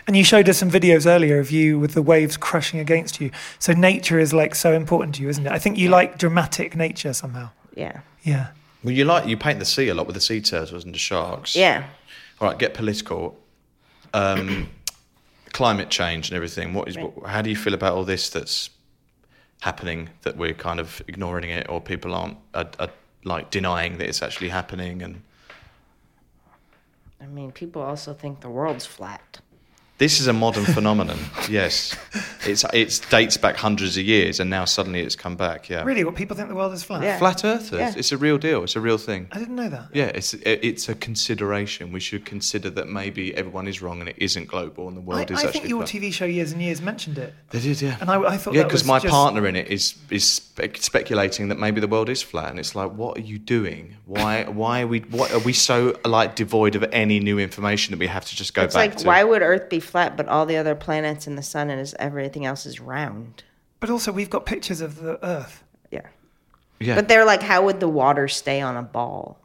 Speaker 2: And you showed us some videos earlier of you with the waves crushing against you. So nature is like so important to you, isn't it? I think you like dramatic nature somehow.
Speaker 3: Yeah.
Speaker 2: Yeah.
Speaker 1: well, you like you paint the sea a lot with the sea turtles and the sharks.
Speaker 3: Yeah.
Speaker 1: All right, get political. Um, [clears throat] climate change and everything. What is? what- How do you feel about all this that's happening? That we're kind of ignoring it, or people aren't are, are, like denying that it's actually happening. And
Speaker 3: I mean, people also think the world's flat.
Speaker 1: this is a modern
Speaker 3: [laughs]
Speaker 1: phenomenon. Yes, it's it's dates back hundreds of years, and now suddenly it's come back. Yeah.
Speaker 2: Really, what people think the world is flat.
Speaker 3: Yeah.
Speaker 1: Flat Earthers.
Speaker 3: Yeah.
Speaker 1: It's a real deal. It's a real thing.
Speaker 2: I didn't know that.
Speaker 1: Yeah, it's it- it's a consideration. We should consider that maybe everyone is wrong and it isn't global and the
Speaker 2: I,
Speaker 1: world is
Speaker 2: I
Speaker 1: actually.
Speaker 2: think your
Speaker 1: global.
Speaker 2: TV show years and years mentioned it.
Speaker 1: They did, yeah.
Speaker 2: And I- I thought
Speaker 1: yeah,
Speaker 2: that
Speaker 1: because
Speaker 2: was
Speaker 1: my
Speaker 2: just-
Speaker 1: partner in it is is spec- speculating that maybe the world is flat, and it's like, what are you doing? Why why are we what are we so like devoid of any new information that we have to just go
Speaker 3: It's
Speaker 1: back
Speaker 3: like,
Speaker 1: to?
Speaker 3: why would Earth be flat, but all the other planets and the sun and is- everything else is round?
Speaker 2: But also, we've got pictures of the Earth.
Speaker 3: Yeah.
Speaker 1: yeah.
Speaker 3: But they're like, how would the water stay on a ball?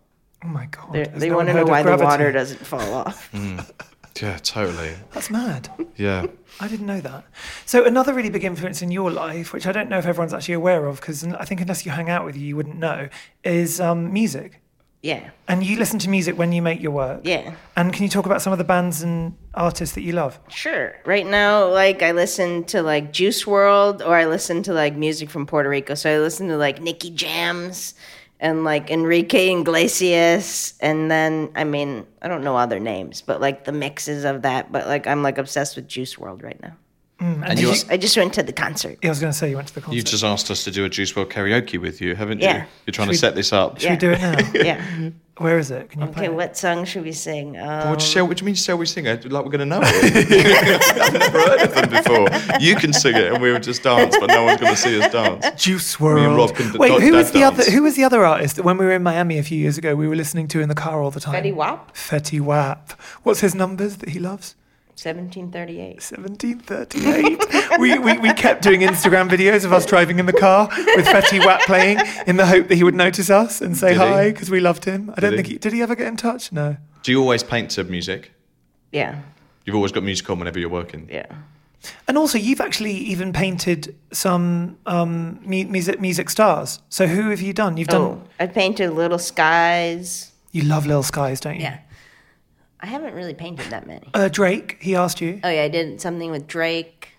Speaker 2: Oh my God.
Speaker 3: They're,
Speaker 2: has
Speaker 3: they
Speaker 2: no
Speaker 3: want
Speaker 2: one
Speaker 3: to know
Speaker 2: heard of
Speaker 3: why the
Speaker 2: gravity?
Speaker 3: water doesn't fall [laughs] off.
Speaker 1: yeah, totally.
Speaker 2: That's mad.
Speaker 1: Yeah.
Speaker 2: I didn't know that. So another really big influence in your life, which I don't know if everyone's actually aware of, because I think unless you hang out with you, you wouldn't know, is um, music.
Speaker 3: Yeah.
Speaker 2: And you listen to music when you make your work.
Speaker 3: Yeah.
Speaker 2: And can you talk about some of the bands and artists that you love?
Speaker 3: Sure. Right now, like I listen to like Juice World or I listen to like music from Puerto Rico. So I listen to like Nicky Jams and like Enrique Iglesias and then I mean, I don't know other names, but like the mixes of that, but like I'm like obsessed with Juice World right now.
Speaker 1: And you
Speaker 3: I just went to the concert.
Speaker 2: Yeah, I was going to say you went to the concert.
Speaker 1: you just asked us to do a Juice World karaoke with you, haven't
Speaker 3: Yeah.
Speaker 1: you? You're trying to set this up.
Speaker 2: Should we do it now?
Speaker 3: [laughs] Yeah.
Speaker 2: Where is it? Can you play
Speaker 3: Okay,
Speaker 2: it?
Speaker 3: what song should we sing? Um,
Speaker 2: Oh.
Speaker 1: What, shall, what do you mean, shall we sing it? Like, we're going to know it.
Speaker 2: [laughs]
Speaker 1: I've never heard of them before. You can sing it and we will just dance, but no one's going to see us dance.
Speaker 2: Juice World.
Speaker 1: Rob can d-
Speaker 2: Wait,
Speaker 1: d-
Speaker 2: who
Speaker 1: dad
Speaker 2: was the
Speaker 1: dance.
Speaker 2: other? Who was the other artist that when we were in Miami a few years ago? We were listening to in the car all the time.
Speaker 3: Fetty Wap?
Speaker 2: Fetty Wap. What's his numbers that he loves?
Speaker 3: 1738.
Speaker 2: 1738. we, we, we kept doing Instagram videos of us driving in the car with Fetty Wap playing in the hope that he would notice us and say
Speaker 1: Did he?
Speaker 2: hi because we loved him. I don't
Speaker 1: he?
Speaker 2: think he did he ever get in touch? No.
Speaker 1: Do you always paint to music?
Speaker 3: Yeah,
Speaker 1: You've always got music on whenever you're working.
Speaker 3: yeah.
Speaker 2: And also, you've actually even painted some um, mu- music music stars. So who have you done? You've done.
Speaker 3: Oh, I painted Little Skies.
Speaker 2: You love Lil Skies, don't you?
Speaker 3: Yeah. I haven't really painted that many.
Speaker 2: Uh, Drake. He asked you.
Speaker 3: Oh, yeah, I did something with Drake.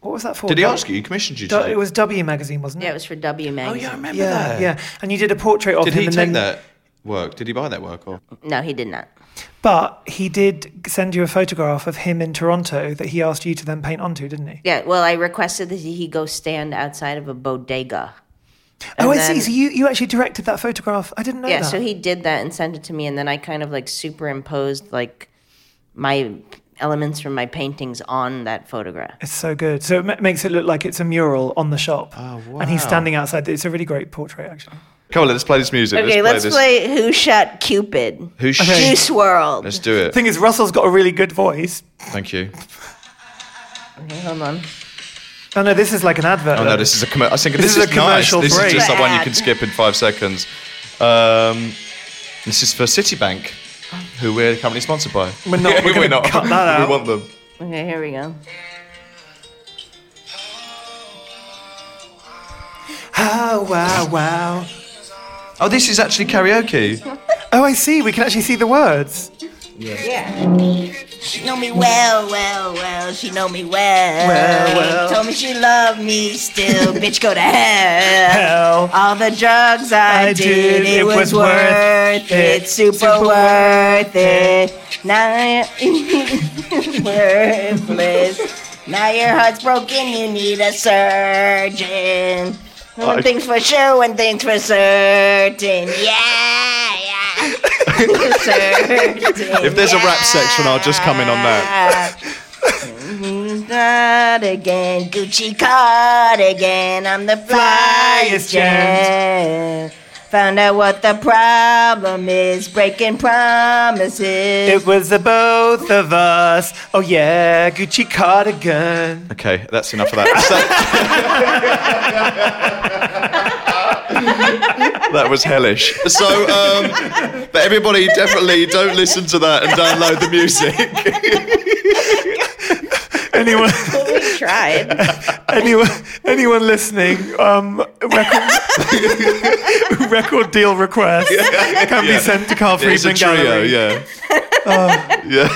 Speaker 2: What was that for?
Speaker 1: Did he ask you? He commissioned you to
Speaker 2: Du-
Speaker 1: do
Speaker 2: it was W magazine, wasn't it?
Speaker 3: Yeah, it was for W
Speaker 1: Oh,
Speaker 3: Magazine.
Speaker 1: yeah, I remember
Speaker 2: Yeah,
Speaker 1: that.
Speaker 2: yeah. And you did a portrait of
Speaker 1: Did
Speaker 2: him.
Speaker 1: he
Speaker 2: and
Speaker 1: take
Speaker 2: then,
Speaker 1: that work? Did he buy that work? Or
Speaker 3: No, he did not.
Speaker 2: But he did send you a photograph of him in Toronto that he asked you to then paint onto, didn't he?
Speaker 3: Yeah, well, I requested that he go stand outside of a bodega.
Speaker 2: oh, I
Speaker 3: And
Speaker 2: see.
Speaker 3: then-
Speaker 2: So you, you actually directed that photograph. I didn't know
Speaker 3: yeah,
Speaker 2: that.
Speaker 3: so he did that and sent it to me, and then I kind of like superimposed like my elements from my paintings on that photograph.
Speaker 2: It's so good. So it ma- makes it look like it's a mural on the shop. Oh, wow. And he's standing outside. It's a really great portrait, actually.
Speaker 1: come on, let's play this music.
Speaker 3: Okay, let's,
Speaker 1: this.
Speaker 3: play, Who Shot Cupid?
Speaker 1: Who Shot-
Speaker 3: Juice World?
Speaker 1: Let's do it.
Speaker 2: The thing is, Russell's got a really good voice.
Speaker 1: Thank you.
Speaker 3: Okay, hold on.
Speaker 2: Oh, no, this is like an advert.
Speaker 1: Oh no, this is a commercial. I think this,
Speaker 2: This
Speaker 1: is,
Speaker 2: is a
Speaker 1: nice.
Speaker 2: commercial
Speaker 1: This
Speaker 2: break.
Speaker 1: is just like one you
Speaker 3: Ad.
Speaker 1: can skip in five seconds. Um, this is for Citibank, who we're currently sponsored by.
Speaker 2: We're
Speaker 1: [laughs]
Speaker 2: not- we're gonna cut that out.
Speaker 1: We want them.
Speaker 3: Okay, here we go.
Speaker 2: Oh, wow, wow.
Speaker 1: Oh, this is actually karaoke.
Speaker 2: Oh, I see. We can actually see the words.
Speaker 3: She know me well, well, well. She know me well.
Speaker 2: Well, well.
Speaker 3: Told me she loved me [laughs] still. Bitch, go to hell.
Speaker 2: Hell.
Speaker 3: All the drugs I,
Speaker 2: I
Speaker 3: did,
Speaker 2: did,
Speaker 3: it,
Speaker 2: it
Speaker 3: was,
Speaker 2: was
Speaker 3: worth
Speaker 2: worth
Speaker 3: it.
Speaker 2: it,
Speaker 3: Super,
Speaker 2: super
Speaker 3: worth it. Now you're [laughs] worthless. Now your heart's broken, you need a surgeon. One
Speaker 1: I-
Speaker 3: thing's for sure, one thing's for certain. Yeah, [laughs] yeah. Certain,
Speaker 1: If there's a rap section, I'll just come in on that.
Speaker 3: [laughs] yeah. Not again, Gucci cardigan. I'm the flyest
Speaker 2: Flyest gent.
Speaker 3: gent. Found out what the problem is, breaking promises.
Speaker 2: It was the both of us. Oh, yeah. Gucci cardigan.
Speaker 1: Okay, that's enough of that. [laughs] So- that was hellish. So, um, but everybody definitely don't listen to that and download the music.
Speaker 2: Anyone.
Speaker 3: we tried.
Speaker 2: anyone, anyone listening, um,
Speaker 1: [laughs]
Speaker 2: record, record deal requests can be sent to Carl
Speaker 1: It's a
Speaker 2: Friedman
Speaker 1: trio,
Speaker 2: Gallery. [laughs]
Speaker 1: yeah.
Speaker 2: Oh.
Speaker 1: yeah.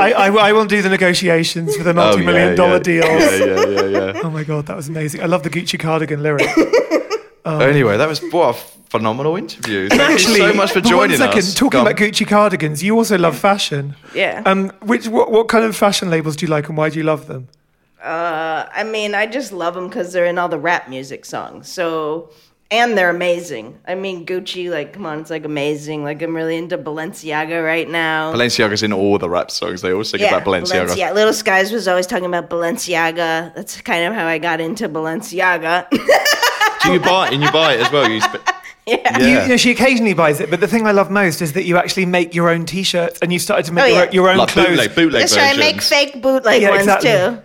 Speaker 2: I, I, I will do the negotiations for the
Speaker 1: Oh, yeah,
Speaker 2: multi-million dollar
Speaker 1: yeah.
Speaker 2: deals.
Speaker 1: Yeah, yeah, yeah,
Speaker 2: [laughs]
Speaker 1: yeah.
Speaker 2: Oh my god, that was amazing! I love the Gucci
Speaker 1: [laughs]
Speaker 2: cardigan lyric.
Speaker 1: anyway, that was what a phenomenal interview. Thank
Speaker 2: Um, Actually,
Speaker 1: you so much for
Speaker 2: but
Speaker 1: joining
Speaker 2: one second,
Speaker 1: us.
Speaker 2: Talking
Speaker 1: Go on.
Speaker 2: about Gucci cardigans, you also love fashion.
Speaker 3: Yeah.
Speaker 2: Um, which what, what kind of fashion labels do you like, and why do you love them?
Speaker 3: I mean, I just love them because they're in all the rap music songs. So, and they're amazing. I mean, Gucci, like, come on, it's like amazing. Like, I'm really into Balenciaga right now.
Speaker 1: Balenciaga's in all the rap songs. They all sing about Balenciaga.
Speaker 3: Balencia- Little Skies was always talking about Balenciaga. That's kind of how I got into Balenciaga. [laughs]
Speaker 1: Do you buy it? And you buy it as well. You sp- yeah.
Speaker 2: You, you know, she occasionally buys it, but the thing I love most is that you actually make your own T-shirts, and you started to make
Speaker 3: Oh,
Speaker 2: your,
Speaker 3: yeah.
Speaker 2: your own
Speaker 1: like
Speaker 2: clothes.
Speaker 1: bootleg, bootleg
Speaker 3: That's right. I
Speaker 1: versions.
Speaker 3: make fake bootleg
Speaker 2: Yeah,
Speaker 3: ones
Speaker 2: exactly.
Speaker 3: too.